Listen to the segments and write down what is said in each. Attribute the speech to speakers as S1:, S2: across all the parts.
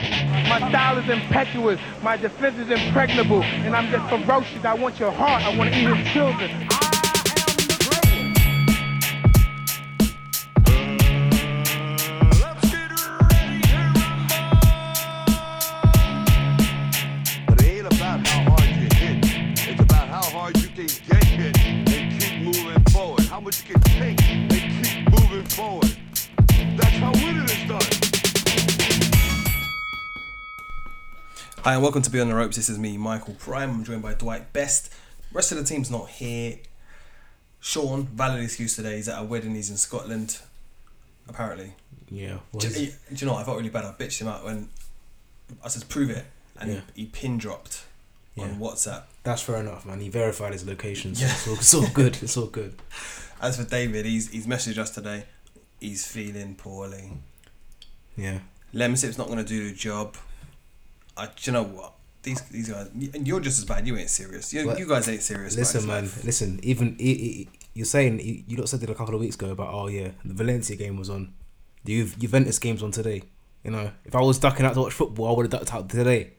S1: My style is impetuous, my defense is impregnable, and I'm just ferocious. I want your heart, I want to eat his children.
S2: But it ain't about how hard you hit. It's about how hard you can get hit and keep moving forward. How much you can take and keep moving forward. That's how winning is done.
S3: Hi, and welcome to Beyond the Ropes. This is me, Michael Prime. I'm joined by Dwight Best. Rest of the team's not here. Sean, valid excuse today. He's at a wedding. He's in Scotland, apparently.
S4: Yeah.
S3: Do, do you know what? I felt really bad. I bitched him out when I said, prove it. And
S4: Yeah.
S3: he, he pin dropped
S4: Yeah.
S3: on WhatsApp.
S4: That's fair enough, man. He verified his location, so
S3: Yeah.
S4: it's, all, it's all good. It's all good.
S3: As for David, he's, he's messaged us today. He's feeling poorly.
S4: Yeah.
S3: Lemsip's not going to do the job. I, do you know what? These, these guys, and you're just as bad. You ain't serious. You,
S4: Well,
S3: you guys ain't serious. about
S4: Listen,
S3: this
S4: man.
S3: life.
S4: Listen, even i i you're saying you, you lot said it a couple of weeks ago about oh yeah, the Valencia game was on, the Ju- Juventus game's on today. You know, if I was ducking out to watch football, I would have ducked out today,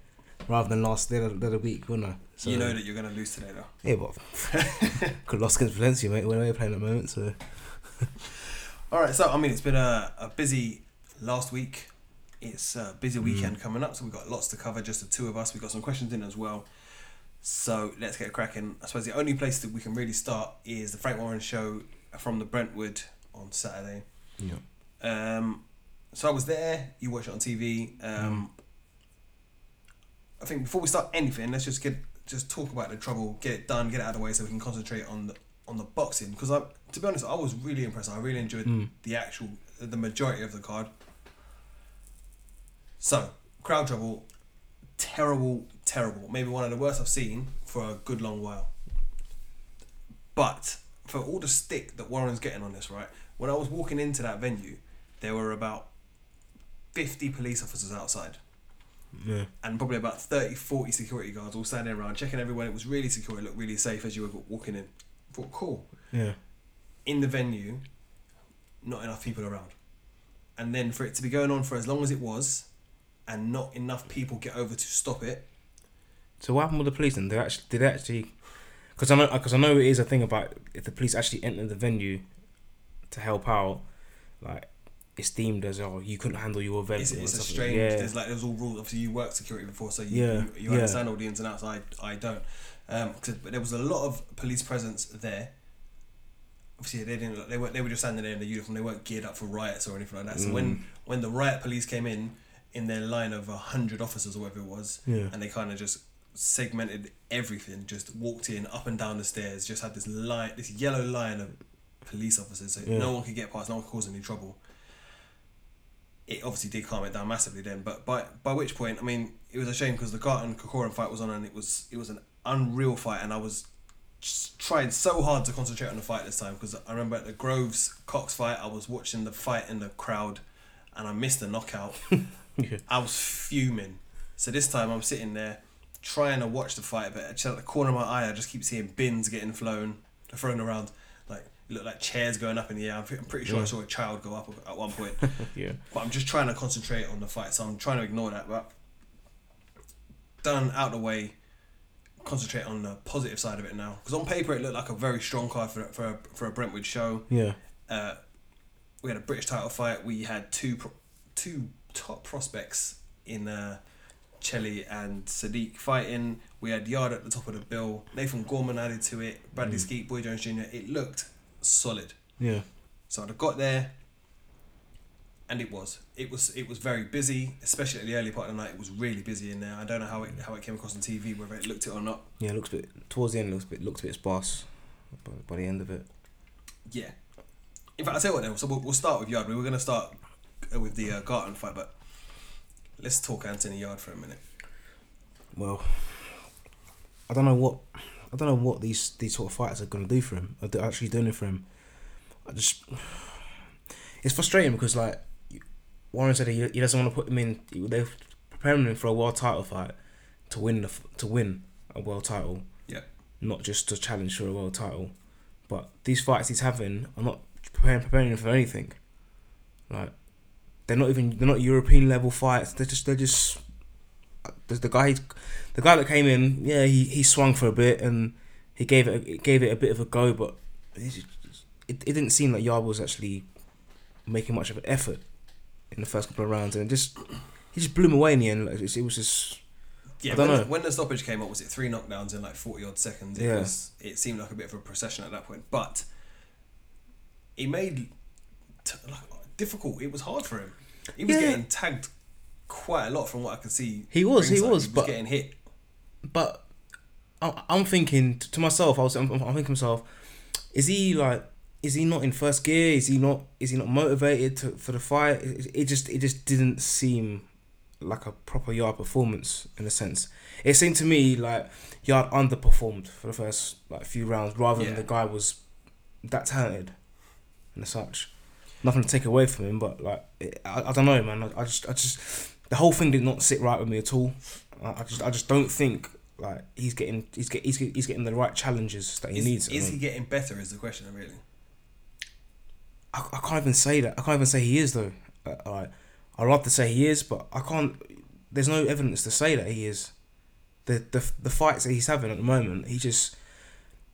S4: rather than last day of the the week, wouldn't I? So,
S3: You know that you're going to lose today, though.
S4: Yeah, but could have lost against Valencia, mate. We're playing at the moment, so
S3: All right, so I mean, it's been a, a busy last week. It's a busy weekend coming up, so we've got lots to cover. Just the two of us. We've got some questions in as well. So let's get cracking. I suppose the only place that we can really start is the Frank Warren show from the Brentwood on Saturday.
S4: yeah.
S3: Um, so I was there. You watch it on TV. Um, I think before we start anything, let's just get just talk about the trouble, get it done, get it out of the way, so we can concentrate on the on the boxing. Because I, to be honest, I was really impressed. I really enjoyed the actual the majority of the card. So crowd trouble, terrible, terrible. Maybe one of the worst I've seen for a good long while. But for all the stick that Warren's getting on this, right? When I was walking into that venue, there were about 50 police officers outside
S4: Yeah.
S3: and probably about 30, 40 security guards all standing around checking everyone. It was really secure. It looked really safe as you were walking in. I thought, cool.
S4: Yeah.
S3: In the venue, not enough people around. And then for it to be going on for as long as it was and not enough people get over to stop it,
S4: So what happened with the police? Then they actually did they actually, because I know because I know it is a thing about if the police actually enter the venue to help out, like it's deemed as oh you couldn't handle your event.
S3: it's,
S4: or
S3: it's a
S4: something.
S3: strange.
S4: Yeah.
S3: There's like there's all rules. Obviously, you worked security before, so you
S4: Yeah,
S3: you, you
S4: yeah.
S3: understand all the ins and outs. I I don't. Um, 'cause- but there was a lot of police presence there. Obviously, they didn't. look- They were they were just standing there in the uniform. They weren't geared up for riots or anything like that. So
S4: Mm.
S3: when when the riot police came in, in their line of a hundred officers or whatever it was,
S4: Yeah.
S3: and they kind of just segmented everything. Just walked in up and down the stairs. Just had this line, this yellow line of police officers, so
S4: Yeah.
S3: no one could get past. No one could cause any trouble it obviously did calm it down massively then. But by by which point, I mean, it was a shame because the Garton Kokoran fight was on, and it was it was an unreal fight, and I was just trying so hard to concentrate on the fight this time because I remember at the Groves Cox fight, I was watching the fight in the crowd, and I missed the knockout.
S4: Yeah.
S3: I was fuming. So this time I'm sitting there trying to watch the fight, but just at the corner of my eye, I just keep seeing bins getting flown, thrown around. Like it looked like chairs going up in the air. I'm pre- I'm pretty sure I saw a child go up at one point.
S4: Yeah.
S3: But I'm just trying to concentrate on the fight, so I'm trying to ignore that. But done out the way, concentrate on the positive side of it now. Because on paper, it looked like a very strong card for for a, for a Brentwood show.
S4: Yeah.
S3: Uh, we had a British title fight. We had two pro- two top prospects in uh, Chelly and Sadiq fighting. We had Yard at the top of the bill. Nathan Gorman added to it. Bradley Skeet, Boy Jones Jr. It looked solid.
S4: Yeah.
S3: So I'd have got there, and it was it was it was very busy, especially at the early part of the night. It was really busy in there. I don't know how it how it came across on TV, whether it looked it or not.
S4: Yeah. It looks a bit towards the end. it Looks a bit looks a bit sparse, by, by the end of it.
S3: Yeah. In fact, I tell you what. Then, so we'll, we'll start with Yard. We were going to start uh, with the uh, Garton fight, but let's talk Anthony Yard for a minute.
S4: well, I don't know what I don't know what these these sort of fighters are gonna do for him. Are they actually doing it for him? I just it's frustrating because like Warren said he, he doesn't want to put him in. They're preparing him for a world title fight to win the f- to win a world title
S3: Yeah.
S4: not just to challenge for a world title. But these fights he's having are not preparing preparing him for anything. Like they're not even they're not European level fights. They're just they're just the, the guy, the guy that came in, yeah, he, he swung for a bit and he gave it a, gave it a bit of a go, but it, it, it didn't seem like Yard was actually making much of an effort in the first couple of rounds, and it just he just blew him away in the end. Like, it, was- it was just
S3: Yeah,
S4: I don't
S3: when,
S4: know.
S3: when the stoppage came up, was it three knockdowns in like forty odd seconds? It
S4: Yeah.
S3: was, it seemed like a bit of a procession at that point, but he made t- like, difficult. It was hard for him. He was
S4: Yeah.
S3: getting tagged quite a lot from what I could see.
S4: He was, he
S3: ringside.
S4: was, but-
S3: getting hit.
S4: but I'm, I'm thinking t- to myself. I was I'm, I'm thinking to myself, is he like is he not in first gear? Is he not is he not motivated to, for the fight? It, it just it just didn't seem like a proper yard performance in a sense. It seemed to me like yard underperformed for the first like few rounds, rather
S3: Yeah.
S4: than the guy was that talented and such. Nothing to take away from him, but like it, I, I don't know, man. I, I just I just the whole thing did not sit right with me at all. I, I just I just don't think like he's getting he's get, he's, get, he's getting the right challenges that he
S3: Is,
S4: needs.
S3: is
S4: Um,
S3: he getting better? Is the question really?
S4: I, I can't even say that. I can't even say he is though. Uh, like, I'd love to say he is, but I can't. There's no evidence to say that he is. The the the fights that he's having at the moment, he just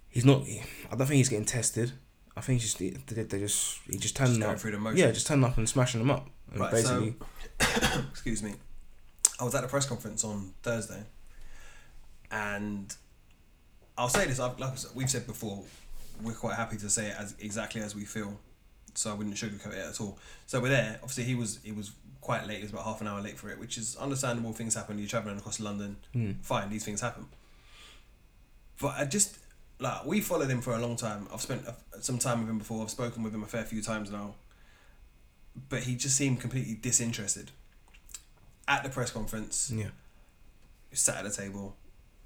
S4: he's not. I don't think he's getting tested. I think he's just they, they just he just turning
S3: Just going
S4: up.
S3: through the motions.
S4: Yeah, just turning up and smashing them up. And
S3: Right,
S4: basically,
S3: so excuse me. I was at the press conference on Thursday, and I'll say this: I've, like I said- we've said before, we're quite happy to say it as exactly as we feel, so I wouldn't sugarcoat it at all. So we're there. Obviously, he was he was quite late. He was about half an hour late for it, which is understandable. Things happen. You're traveling across London. Fine, these things happen. But I just like we followed him for a long time. I've spent uh, some time with him before. I've spoken with him a fair few times now but he just seemed completely disinterested at the press conference
S4: yeah,
S3: sat at a table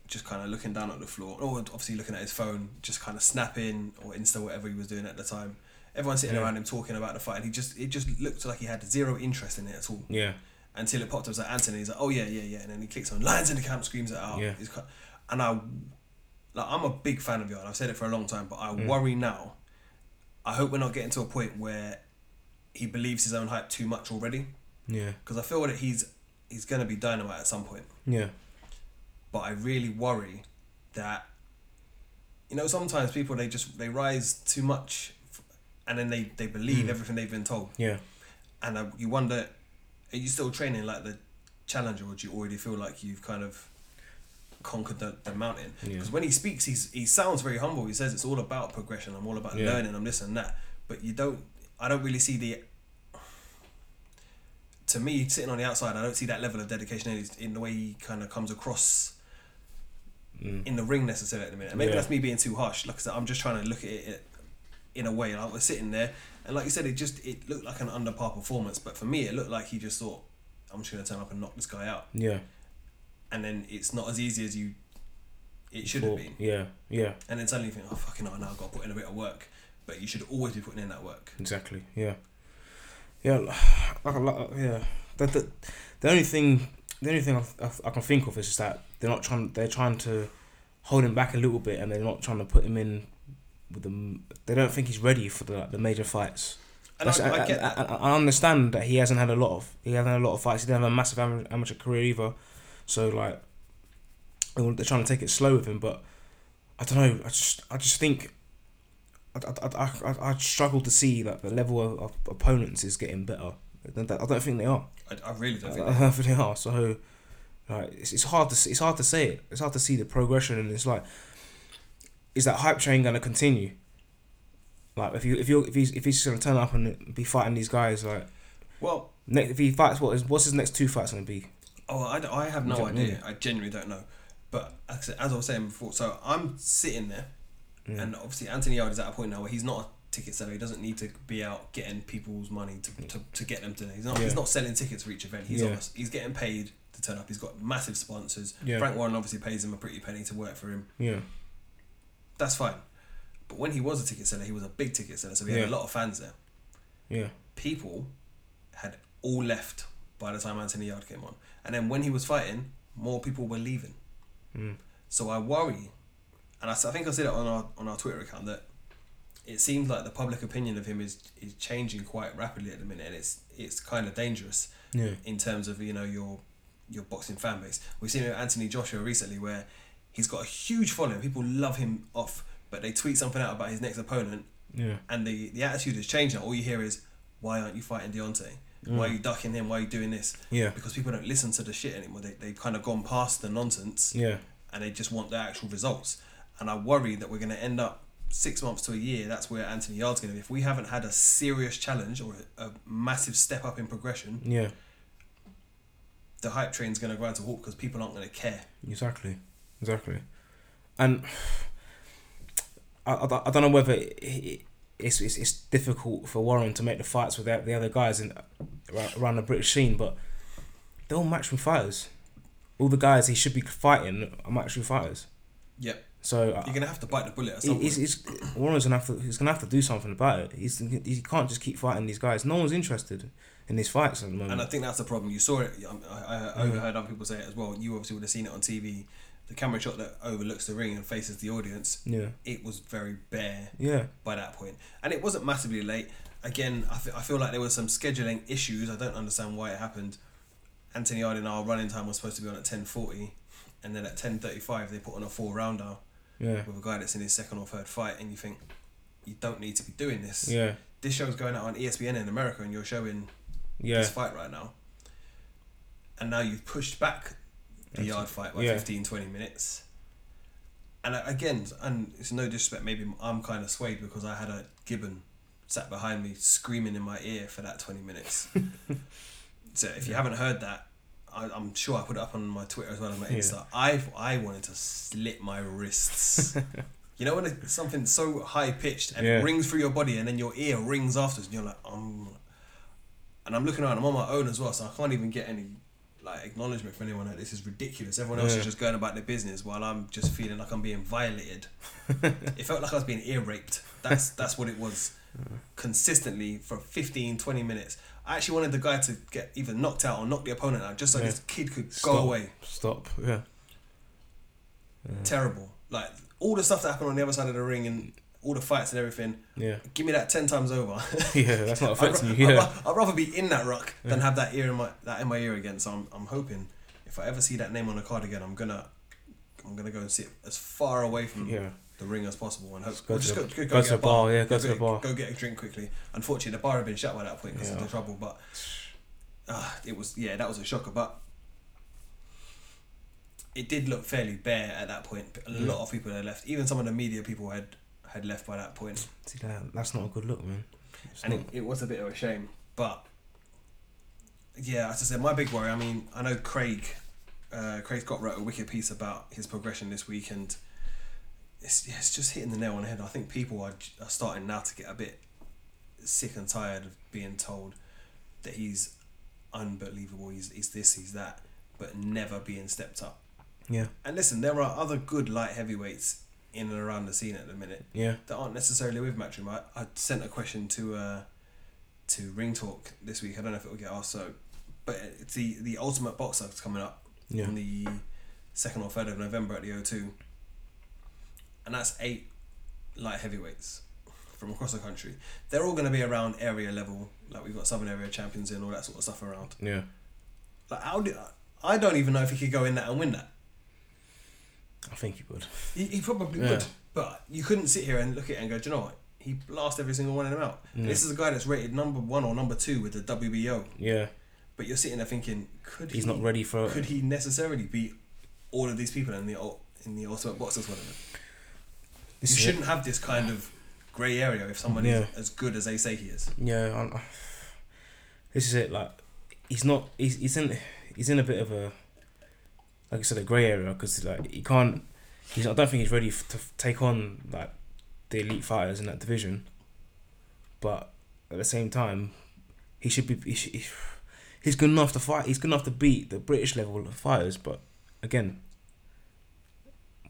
S3: just kind of looking down at the floor or obviously looking at his phone just kind of snapping or insta whatever he was doing at the time everyone sitting
S4: Yeah.
S3: around him talking about the fight and he just it just looked like he had zero interest in it at all
S4: yeah,
S3: until it popped up as like Anthony. He's like, oh yeah, yeah, yeah, and then he clicks on lines in the camp, screams it out.
S4: Yeah.
S3: He's cu- and I, like, I'm a big fan of Yard. I've said it for a long time, but I worry now. I hope we're not getting to a point where he believes his own hype too much already,
S4: yeah,
S3: because I feel that he's he's gonna be dynamite at some point.
S4: yeah,
S3: But I really worry that, you know, sometimes people they just they rise too much, f- and then they they believe everything they've been told
S4: Mm. yeah.
S3: and I, you wonder, are you still training like the challenger, or do you already feel like you've kind of conquered the, the mountain?
S4: Yeah.
S3: Because when he speaks, he's he sounds very humble. He says it's all about progression. I'm all about
S4: Yeah.
S3: learning. I'm this and that. But you don't. I don't really see the. To me, sitting on the outside, I don't see that level of dedication in, his, in the way he kind of comes across. In the ring necessarily at the minute. And Maybe
S4: Yeah.
S3: that's me being too harsh. Like I said, I'm just trying to look at it in a way. Like I was sitting there, and like you said, it just it looked like an under par performance. But for me, it looked like he just thought, "I'm just gonna turn up and knock this guy out,"
S4: yeah.
S3: and then it's not as easy as you it should have
S4: Or-
S3: been.
S4: Yeah, yeah,
S3: And then suddenly you think, "Oh fucking hell, now I've got to put in a bit of work." But you should always be putting in that work.
S4: exactly. Yeah, yeah, like, like, yeah. The, the, the only thing, the only thing I, I, I can think of is just that they're not trying. They're trying to hold him back a little bit, and they're not trying to put him in with them. They don't think he's ready for the like, the major fights.
S3: And
S4: That's-
S3: I, I, get that.
S4: I, I understand that he hasn't had a lot of he hasn't had a lot of fights. He didn't have a massive ama- amateur career either, so like they want- they're trying to take it slow with him. But I don't know. I just I just think I I, I, I, I struggle to see that the level of, of opponents is getting better. I don't I don't think they are.
S3: I, I really don't
S4: I
S3: think.
S4: don't think they are. So like it's, it's hard to s- it's hard to say it. It's hard to see the progression, and it's like is that hype train gonna continue? Like if you if you if he's if he's just gonna turn up and be fighting these guys like
S3: Well,
S4: next if he fights what is what's his next two fights gonna be?
S3: Oh, I, d- I have
S4: You
S3: no
S4: don't know.
S3: idea. I genuinely don't know. But like I said- as I was saying before, so I'm sitting there, and obviously Anthony Yard is at a point now where he's not a ticket seller. He doesn't need to be out getting people's money to, to, to get them to. He's not. He's
S4: Yeah.
S3: not selling tickets for each event. He's
S4: Yeah.
S3: on us. He's getting paid to turn up. He's got massive sponsors.
S4: Yeah.
S3: Frank Warren obviously pays him a pretty penny to work for him.
S4: Yeah,
S3: That's fine. But when he was a ticket seller, he was a big ticket seller, so he had
S4: Yeah.
S3: a lot of fans there
S4: yeah,
S3: people had all left by the time Anthony Yard came on. And then when he was fighting, more people were leaving. So I worry, and I, s- I think I said it on our on our Twitter account that it seems like the public opinion of him is is changing quite rapidly at the minute, and it's it's kind of dangerous
S4: yeah,
S3: in terms of you know your your boxing fan base. We've seen it with Anthony Joshua recently where he's got a huge following. People love him off, but they tweet something out about his next opponent
S4: Yeah.
S3: and the, the attitude has changed now. All you hear is, why aren't you fighting Deontay? Why are you ducking him? Why are you doing this?
S4: Mm. Yeah.
S3: Because people don't listen to the shit anymore. They, they've kind of gone past the nonsense
S4: Yeah.
S3: and they just want the actual results. And I worry that we're going to end up six months to a year. That's where Anthony Yard's going to be. If we haven't had a serious challenge or a, a massive step up in progression,
S4: Yeah.
S3: the hype train's going to grind to a halt because people aren't going to care.
S4: Exactly, exactly, and I, I, don't- I don't know whether it, it, it's, it's it's difficult for Warren to make the fights with the, the other guys in ar- around the British scene, but they're all matchroom fighters. All the guys he should be fighting are matchroom fighters.
S3: Yep.
S4: So I-
S3: You're going to have to bite the bullet at
S4: he-
S3: some point.
S4: he's, he's, Warren's gonna have to he's gonna have to do something about it. He's he can't just keep fighting these guys. No one's interested in these fights at the moment.
S3: And I think that's the problem. You saw it. um, I, I overheard other people say it as well. You obviously would have seen it on TV. The camera shot that overlooks the ring and faces the audience.
S4: Yeah.
S3: It was very bare.
S4: Yeah.
S3: By that point, and it wasn't massively late. Again, I, fe- I feel like there were some scheduling issues. I don't understand why it happened. Anthony Arden, our running time was supposed to be on at ten forty, and then at ten thirty five they put on a four rounder
S4: yeah,
S3: with a guy that's in his second or third fight, and you think you don't need to be doing this.
S4: yeah,
S3: This show's going out on E ESPN in America, and you're showing
S4: yeah,
S3: this fight right now. And now you've pushed back the yard fight by
S4: yeah.
S3: fifteen twenty 15, 20 minutes. And I- again, and it's no disrespect, maybe I'm kind of swayed because I had a gibbon sat behind me screaming in my ear for that 20 minutes. so if you haven't heard that, I, I'm sure I put it up on my Twitter as well as my Insta. I've, I wanted to slit my wrists. you know when it's something so high pitched and
S4: Yeah.
S3: it rings through your body and then your ear rings afterwards and you're like, I'm and I'm looking around. I'm on my own as well, so I can't even get any like acknowledgement from anyone. Like this is ridiculous. Everyone else
S4: Yeah.
S3: is just going about their business while I'm just feeling like I'm being violated. it felt like I was being ear raped. That's that's what it was. Consistently for 15, 20 minutes. I actually wanted the guy to get either knocked out or knock the opponent out, just so
S4: Yeah.
S3: this kid could
S4: Stop.
S3: go away.
S4: Stop. Yeah.
S3: Terrible. Like all the stuff that happened on the other side of the ring and all the fights and everything.
S4: Yeah.
S3: Give me that ten times over.
S4: Yeah, that's not
S3: I'd,
S4: affecting
S3: ra-
S4: you. Yeah.
S3: I'd, ra- I'd rather be in that ruck than have that ear in my that in my ear again. So I'm, I'm hoping if I ever see that name on a card again, I'm gonna I'm gonna go and sit as far away from
S4: Yeah.
S3: the ring as possible and hope.
S4: go
S3: or
S4: to
S3: just
S4: the-
S3: go,
S4: go to
S3: get
S4: the
S3: a bar,
S4: bar, yeah, go to
S3: get,
S4: the bar.
S3: Go get a drink quickly. Unfortunately, the bar had been shut by that point because
S4: Yeah.
S3: of the trouble. But uh, it was yeah, that was a shocker. But it did look fairly bare at that point. A lot of people had left. Even some of the media people had had left by that point
S4: See, that, that's not a good look, man. It's
S3: and
S4: not-
S3: it, it was a bit of a shame. But yeah, as I said, my big worry. I mean, I know Craig, uh, Craig Scott wrote a wicked piece about his progression this week, and it's yeah, it's just hitting the nail on the head. I think people are, j- are starting now to get a bit sick and tired of being told that he's unbelievable. He's he's this, he's that, but never being stepped up.
S4: yeah,
S3: And listen, there are other good light heavyweights in and around the scene at the minute
S4: yeah,
S3: that aren't necessarily with Matchroom. I, I sent a question to uh, to Ring Talk this week. I don't know if it will get asked, so but it's the the Ultimate Boxer that's coming up
S4: Yeah.
S3: on the second or third of November at the O2, and that's eight light heavyweights from across the country. They're all going to be around area level. Like we've got Southern Area champions and all that sort of stuff around.
S4: yeah.
S3: Like how do I don't even know if he could go in that and win that.
S4: I think you would.
S3: He, he probably
S4: Yeah.
S3: would, but you couldn't sit here and look at it and go, do you know what? He blasted every single one of them out. And This is a guy that's rated number one or number two with the WBO,
S4: Yeah,
S3: but you're sitting there thinking, could
S4: he's
S3: he,
S4: not ready for.
S3: Could he necessarily beat all of these people in the ul- in the ultimate boxing tournament?
S4: This
S3: You
S4: is it.
S3: shouldn't have this kind of grey area if someone is
S4: Yeah.
S3: as good as they say he is.
S4: Yeah, i this is it. Like, he's not. He's, he's in. He's in a bit of a, like I said, a grey area because like he can't. He's. I don't think he's ready f- to f- take on like the elite fighters in that division. But at the same time, he should be. He should, he- he's good enough to fight. He's good enough to beat the British level of fighters. But again,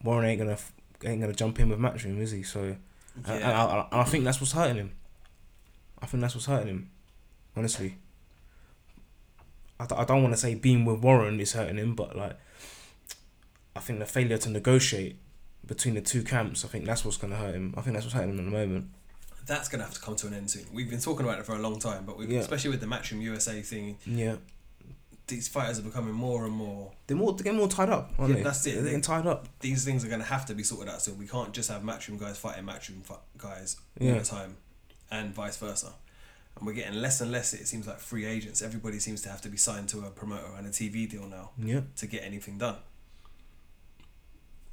S4: Warren ain't gonna f- ain't gonna jump in with Matchroom, is he? So. And- And,
S3: Yeah.
S4: I, and I think that's what's hurting him. I think that's what's hurting him, honestly. I, d- I don't want to say being with Warren is hurting him, but like, I think the failure to negotiate between the two camps, I think that's what's going to hurt him. I think that's what's hurting him at the moment.
S3: That's going to have to come to an end soon. We've been talking about it for a long time, but we've,
S4: Yeah.
S3: especially with the Matchroom USA thing,
S4: Yeah.
S3: these fighters are becoming more and more.
S4: They're more they're getting more tied up, aren't
S3: Yeah,
S4: they?
S3: that's it.
S4: They're
S3: They-
S4: getting tied up.
S3: These things are going to have to be sorted out soon. We can't just have matchroom guys fighting matchroom fi- guys all
S4: Yeah.
S3: the time, and vice versa. And we're getting less and less. It seems like free agents. Everybody seems to have to be signed to a promoter and a TV deal now.
S4: Yeah.
S3: to get anything done.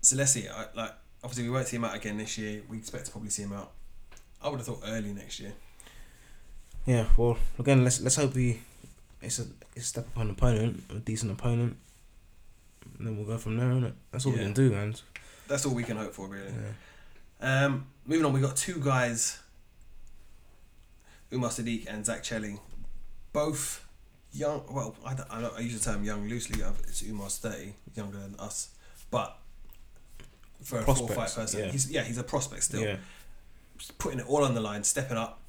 S3: So let's see. I, like obviously we won't see him out again this year. We expect to probably see him out. I would have thought early next year.
S4: Yeah, well again let's let's hope he it's a it's a step up an opponent, a decent opponent. And then we'll go from there, innit? That's all
S3: Yeah.
S4: we can do, man.
S3: That's all we can hope for really.
S4: Yeah.
S3: Um, moving on, we got two guys, Umar Sadiq and Zach Chelling, both young. Well, I don't, I, don't, I use the term young loosely. I've- It's Umar's thirty, younger than us, but for a four
S4: Prospects,
S3: fight person,
S4: yeah.
S3: he's yeah he's a prospect still.
S4: Yeah.
S3: Just putting it all on the line, stepping up.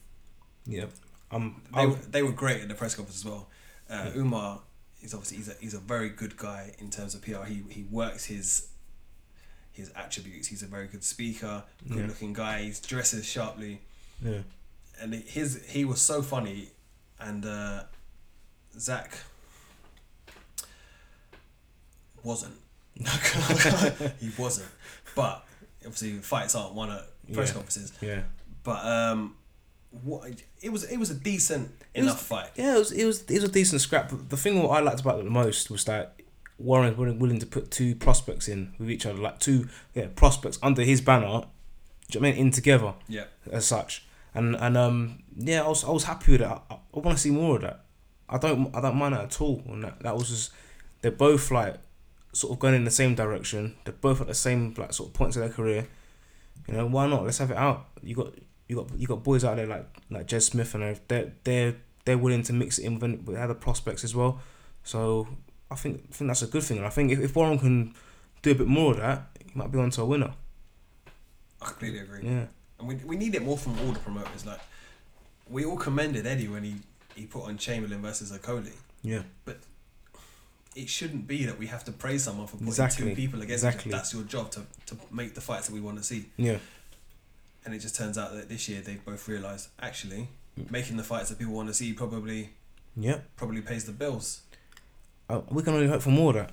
S4: Yeah. Um
S3: they,
S4: I-
S3: were, they were great at the press conference as well. Uh, Umar is obviously he's a, he's a very good guy in terms of PR. He he works his his attributes. He's a very good speaker, good
S4: Yeah.
S3: looking guy. He dresses sharply,
S4: yeah.
S3: and his he was so funny. And uh, Zach wasn't. he wasn't. But obviously, fights aren't won at press
S4: Yeah.
S3: conferences.
S4: Yeah.
S3: But um, what it was it was a decent
S4: It was-
S3: enough fight.
S4: Yeah, it was, it was it was a decent scrap. But the thing what I liked about it the most was that Warren was willing to put two prospects in with each other, like two yeah prospects under his banner. Do you know what I mean in together
S3: Yeah,
S4: as such? And and um yeah, I was I was happy with it. I, I, I want to see more of that. I don't I don't mind that at all. And that, that was just they're both like sort of going in the same direction. They're both at the same like sort of points of their career. You know why not? Let's have it out. You got you got you got boys out there like like Jed Smith and they they're they're they're willing to mix it in with, with other prospects as well. So I think I think that's a good thing. And I think if, if Warren can do a bit more of that, he might be onto a winner.
S3: I completely agree.
S4: Yeah,
S3: And we, we need it more from all the promoters. Like we all commended Eddie when he, he put on Chamberlain versus Okoli.
S4: yeah,
S3: It shouldn't be that we have to praise someone for putting
S4: Exactly.
S3: two people against
S4: Exactly.
S3: each other. That's your job to, to make the fights that we want to see.
S4: yeah,
S3: And it just turns out that this year they've both realised actually making the fights that people want to see probably
S4: yeah.
S3: probably pays the bills.
S4: Uh, we can only hope for more of that.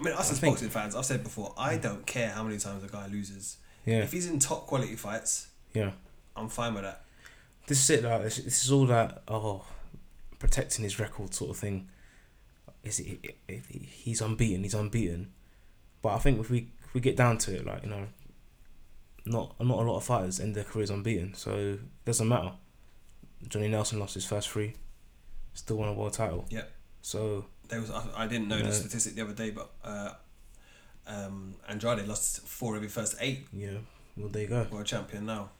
S3: I mean, us
S4: I
S3: as
S4: think-
S3: boxing fans, I've said before, I don't care how many times a guy loses.
S4: Yeah,
S3: If he's in top quality fights,
S4: yeah.
S3: I'm fine with that.
S4: This is it. Like, this, this is all that. Oh, protecting his record, sort of thing. Is it, it, it, he's unbeaten. He's unbeaten. But I think if we if we get down to it, like you know, not not a lot of fighters end their careers unbeaten, so it doesn't matter. Johnny Nelson lost his first three, still won a world title.
S3: Yep.
S4: So
S3: There was I, I didn't know
S4: No.
S3: the statistic the other day, but uh, um, Andrade lost four of his first eight
S4: you know, well there you go.
S3: world champion now.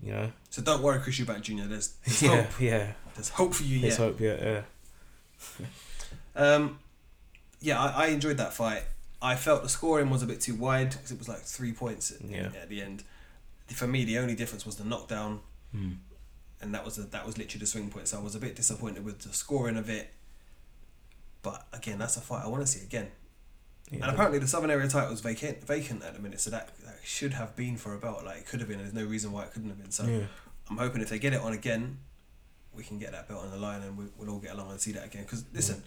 S4: You know.
S3: So don't worry, Chris Eubank Jr. There's, there's
S4: Yeah,
S3: hope.
S4: yeah.
S3: There's hope for you yet.
S4: Let's hope. Yeah, yeah.
S3: Um, yeah, I, I enjoyed that fight. I felt the scoring was a bit too wide because it was like three points at,
S4: Yeah.
S3: at the end. For me, the only difference was the knockdown,
S4: Hmm.
S3: and that was the, that was literally the swing point. So I was a bit disappointed with the scoring of it. But again, that's a fight I want to see again.
S4: Yeah.
S3: And apparently the Southern Area title is vacant, vacant at the minute, so that, that should have been for a belt. Like it could have been. There's no reason why it couldn't have been. So
S4: yeah.
S3: I'm hoping if they get it on again, we can get that belt on the line and we, we'll all get along and see that again. Because listen,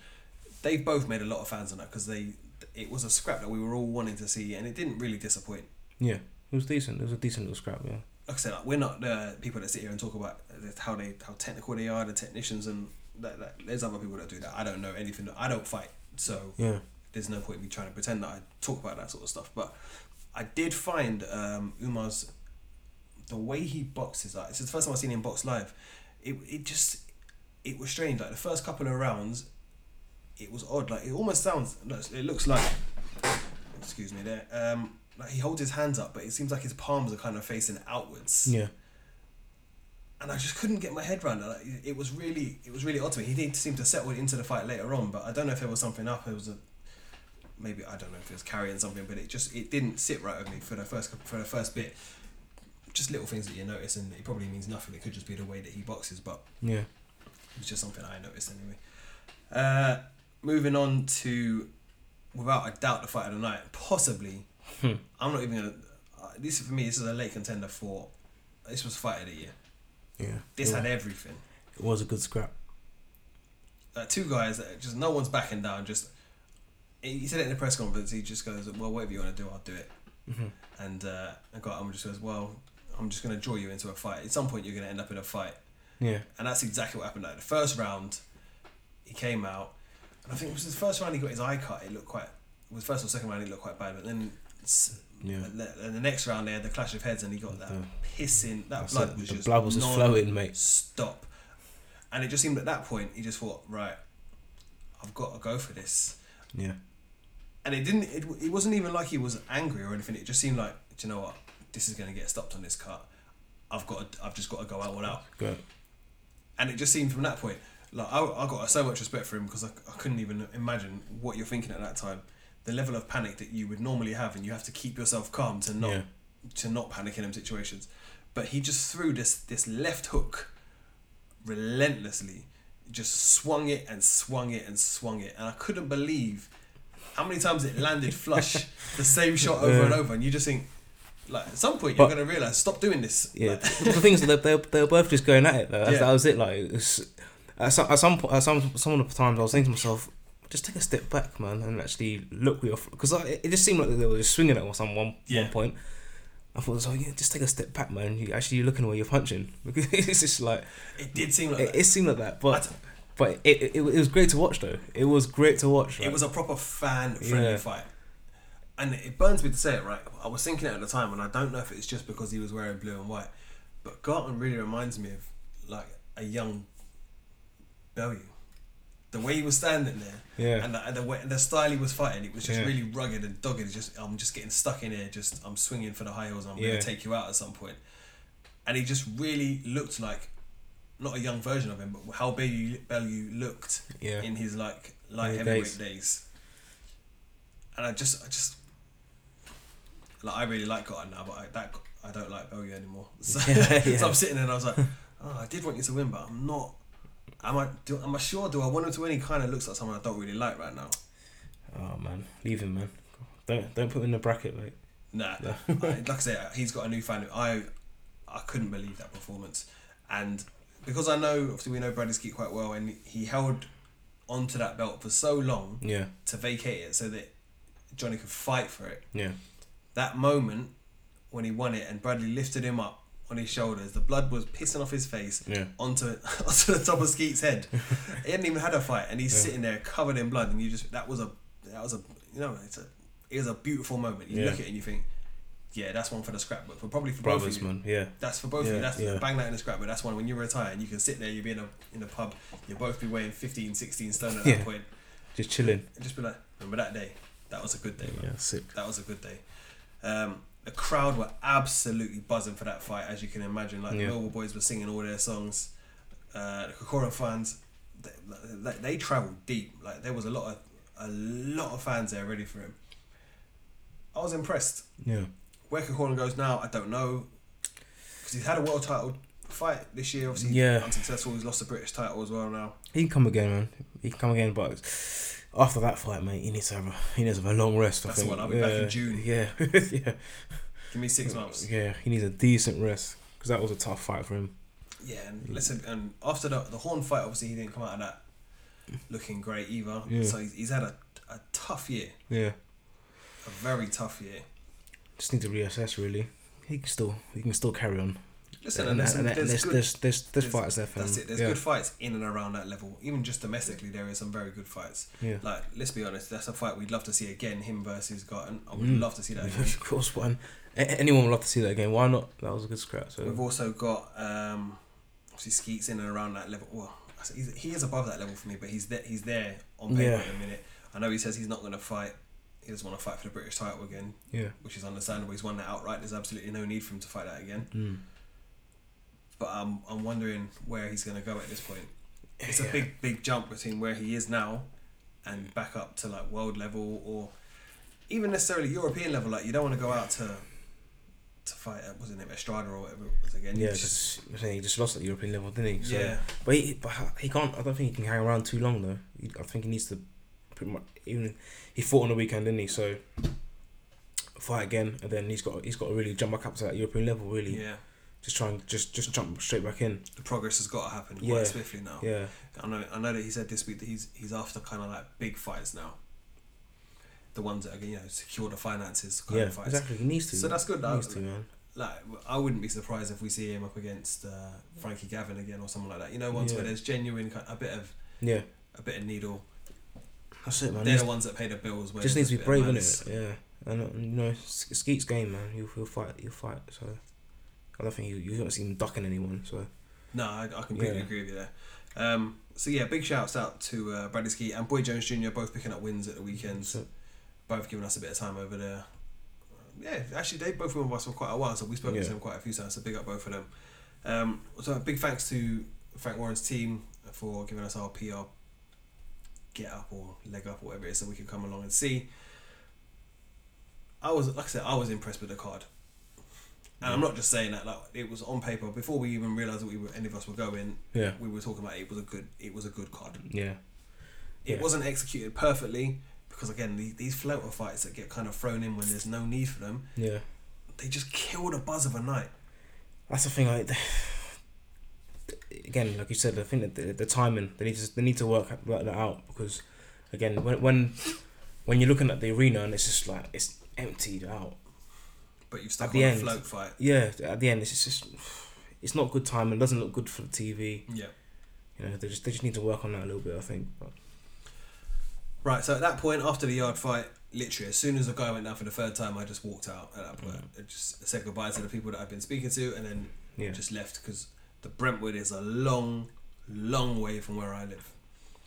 S3: they've both made a lot of fans on that because they it was a scrap that we were all wanting to see and it didn't really disappoint.
S4: Yeah. It was decent. It was a decent little scrap. Yeah.
S3: Like I said, like, we're not the people that sit here and talk about how they how technical they are, the technicians and that, that. There's other people that do that. I don't know anything. I don't fight, so
S4: Yeah.
S3: there's no point in me trying to pretend that I talk about that sort of stuff. But I did find um, Umar's the way he boxes. Like, this is the first time I've seen him box live. It it just it was strange. Like the first couple of rounds, it was odd. Like it almost sounds. no, It looks like. Excuse me. There. Um, like he holds his hands up, but it seems like his palms are kind of facing outwards
S4: Yeah.
S3: and I just couldn't get my head around it. Like, it- it was really, it was really odd to me. He did seem to settle into the fight later on, but I don't know if there was something up. It was a, maybe I don't know if it was carrying something, but it just it didn't sit right with me for the first cou- for the first bit. Just little things that you notice, and it probably means nothing. It could just be the way that he boxes, but
S4: Yeah.
S3: it's just something I noticed anyway. Uh, moving on to, without a doubt, the fight of the night. Possibly, I'm not even gonna. Uh, this for me, this is a late contender for. This was fight of the year.
S4: Yeah.
S3: This
S4: it,
S3: had
S4: wa-
S3: everything.
S4: it was a good scrap.
S3: like two guys that just no one's backing down. Just he said it in a press conference. He just goes, "Well, whatever you want to do, I'll do it." And uh, and Gotham just goes, "Well, I'm just going to draw you into a fight. At some point, you're going to end up in a fight."
S4: Yeah.
S3: And that's exactly what happened. Like the first round, he came out, and I think it was the first round he got his eye cut. It looked quite. It was first or second round he looked quite bad, but then. s-
S4: Yeah.
S3: And the- and the next round they had the clash of heads, and he got that pissing. That
S4: That's
S3: blood
S4: it.
S3: was
S4: the
S3: just
S4: blood was just
S3: non-
S4: flowing, mate.
S3: stop. And it just seemed at that point he just thought, right, I've got to go for this.
S4: Yeah.
S3: And it didn't. It, it wasn't even like he was angry or anything. It just seemed like, do you know what? This is going to get stopped on this cut. I've got. To, I've just got to go out all out.
S4: Go.
S3: And it just seemed from that point, like I, I got so much respect for him because I, I couldn't even imagine what you're thinking at that time. The level of panic that you would normally have, and you have to keep yourself calm to not
S4: Yeah.
S3: to not panic in them situations. But he just threw this this left hook relentlessly, just swung it and swung it and swung it, and I couldn't believe how many times it landed flush, the same shot over and over, and you just think. Like at some point, you're
S4: But-
S3: gonna realize stop doing this.
S4: Yeah.
S3: Like,
S4: the thing is, they they they were both just going at it. Though. That's,
S3: Yeah.
S4: That was it. Like, it was, at some at some po- at some some of the times, I was thinking to myself, just take a step back, man, and actually look where you're. Because it it just seemed like they were just swinging at some one
S3: Yeah.
S4: one point. I thought, so yeah, just take a step back, man. You actually you're looking where you're punching. Because it's just like
S3: it did seem like
S4: it,
S3: that.
S4: it seemed like that, but
S3: I-
S4: but it, it it was great to watch though. It was great to watch.
S3: It was a proper fan friendly
S4: Yeah.
S3: fight. And it burns me to say it, right? I was thinking it at the time, and I don't know if it's just because he was wearing blue and white, but Garton really reminds me of like a young Bellew. The way he was standing there,
S4: Yeah.
S3: and the, and the way the style he was fighting, it was just
S4: Yeah.
S3: really rugged and dogged. It's just I'm just getting stuck in here. Just I'm swinging for the high heels. I'm
S4: Yeah.
S3: gonna take you out at some point. And he just really looked like not a young version of him, but how Bellew, Bellew looked
S4: Yeah.
S3: in his like light
S4: Yeah,
S3: heavyweight
S4: days.
S3: days. And I just, I just, like I really like Cotton now, but I, that I don't like Bellew anymore. So,
S4: Yeah, yeah.
S3: so I'm sitting there and I was like, oh, I did want you to win, but I'm not. Am I? Do, am I sure? Do I want him to win? He kind of looks like someone I don't really like right now.
S4: Oh man, leave him, man. Don't don't put him in the bracket, mate.
S3: Nah.
S4: Yeah.
S3: I, like I say, he's got a new fan. I I couldn't believe that performance, and because I know obviously we know Bradley's Keat quite well, and he held onto that belt for so long
S4: Yeah,
S3: to vacate it so that Johnny could fight for it.
S4: yeah,
S3: That moment when he won it and Bradley lifted him up on his shoulders, the blood was pissing off his face
S4: Yeah.
S3: onto onto the top of Skeet's head. he hadn't even had a fight and he's sitting there covered in blood and you just that was a that was a you know it's a it was a beautiful moment. You
S4: Yeah.
S3: look at it and you think, yeah, that's one for the scrapbook, but probably for both
S4: brothers,
S3: of you.
S4: man. Yeah,
S3: That's for both of
S4: Yeah,
S3: you. That's
S4: yeah.
S3: bang that in the scrapbook. That's one when you retire and you can sit there, you'll be in a in a pub, you'll both be weighing 15, 16 stone at that
S4: Yeah.
S3: point
S4: just chilling.
S3: and just be like, remember that day? That was a good day, man.
S4: Yeah, sick.
S3: That was a good day. Um, the crowd were absolutely buzzing for that fight, as you can imagine. Like
S4: Yeah.
S3: the Millwall boys were singing all their songs. Uh, the Kokoro fans, they, like, they travelled deep. Like there was a lot of a lot of fans there ready for him. I was impressed.
S4: Yeah,
S3: Where Kokoro goes now, I don't know, because he's had a world title fight this year. Obviously,
S4: Yeah.
S3: unsuccessful. He's lost the British title as well now.
S4: he can come again, man. He can come again, but after that fight, mate, he needs to have a, he needs to have a long rest. I
S3: That's
S4: think.
S3: the one, I'll be back in
S4: Yeah,
S3: June.
S4: Yeah, yeah,
S3: Give me six months.
S4: yeah. He needs a decent rest because that was a tough fight for him.
S3: Yeah, and listen, and after the the Horn fight, obviously he didn't come out of that looking great either.
S4: Yeah.
S3: So he's, he's had a, a tough year,
S4: Yeah,
S3: a very tough year.
S4: just need to reassess really. He can still he can still carry on.
S3: Listen, and, listen,
S4: and
S3: there's,
S4: there's,
S3: good,
S4: there's, there's, there's
S3: there's-
S4: fights there for him.
S3: that's it. There's
S4: yeah.
S3: good fights in and around that level. Even just domestically, there is some very good fights.
S4: Yeah.
S3: Like let's be honest, that's a fight we'd love to see again. Him versus Garton. I would
S4: Mm.
S3: love to see that. Again.
S4: of course, one. a- Anyone would love to see that again. Why not? That was a good scrap.
S3: We've
S4: So
S3: also got um, obviously Skeets in and around that level. Well, I say he's, he is above that level for me, but he's there. He's there on paper
S4: Yeah.
S3: at the minute. I know he says he's not going to fight. He doesn't want to fight for the British title again,
S4: yeah,
S3: which is understandable. He's won that outright. There's absolutely no need for him to fight that again.
S4: mm.
S3: But I'm I'm wondering where he's going to go at this point. It's a
S4: Yeah.
S3: big big jump between where he is now and back up to like world level or even necessarily European level. Like you don't want to go out to to fight. uh, What's his name? Estrada or whatever it was again. You
S4: yeah.
S3: just-
S4: Just, I'm saying he just lost at the European level, didn't he? So,
S3: yeah.
S4: But he, but he can't. I don't think he can hang around too long though. He, I think he needs to, pretty much. Even he fought on the weekend, didn't he? So fight again, and then he's got he's got to really jump back up to that European level, really.
S3: Yeah,
S4: Just try and just just jump straight back in.
S3: The progress has got to happen
S4: Yeah.
S3: quite swiftly now.
S4: Yeah.
S3: I know. I know that he said this week that he's he's after kind of like big fights now. The ones that are, you know secure the finances kind
S4: yeah.
S3: of fights.
S4: Exactly. He needs to.
S3: So that's good.
S4: He
S3: That,
S4: needs to, man.
S3: like I wouldn't be surprised if we see him up against uh, Frankie Gavin again or someone like that. You know, ones where
S4: Yeah.
S3: there's genuine kind- a bit of
S4: Yeah.
S3: a bit of needle.
S4: That's it, man.
S3: They're
S4: Just,
S3: the ones that pay the bills. Where
S4: just needs to
S3: there's
S4: be
S3: a bit
S4: brave
S3: of
S4: in
S3: malice.
S4: it. Yeah. And uh, you know, it's, it's Skeet's game, man. You'll you'll fight. You'll fight. So I don't think you you don't see him ducking anyone. So
S3: No, I, I completely
S4: Yeah.
S3: agree with you there. Um, so yeah, big shouts out to uh, Bradley Ski and Boy Jones Jr. both picking up wins at the weekends.
S4: So-
S3: Both giving us a bit of time over there. Yeah, actually, they both were with us for quite a while, so we've spoken to
S4: Yeah.
S3: them quite a few times. So big up both of them. Um, so a big thanks to Frank Warren's team for giving us our PR get up or leg up, whatever it is, so we could come along and see. I was like I said, I was impressed with the card, and I'm not just saying that. Like it was on paper before we even realized that we were any of us were going.
S4: yeah.
S3: We were talking about it was a good. It was a good card.
S4: Yeah.
S3: It
S4: Yeah.
S3: wasn't executed perfectly because again the, these floater fights that get kind of thrown in when there's no need for them,
S4: Yeah.
S3: they just kill the buzz of a night.
S4: That's the thing. Like, again, like you said, I think that the, the timing they need to they need to work, work that out because, again, when when when you're looking at the arena and it's just like it's emptied out.
S3: But you've stuck
S4: At
S3: on
S4: the
S3: a
S4: end.
S3: float fight.
S4: Yeah, at the end, it's just it's not good timing. Doesn't look good for the TV.
S3: Yeah.
S4: You know, they just they just need to work on that a little bit. I think. But
S3: Right, so at that point, after the yard fight, literally, as soon as the guy went down for the third time, I just walked out at that point. I just said goodbye to the people that I've been speaking to and then
S4: Mm. Yeah.
S3: just left because the Brentwood is a long, long way from where I live.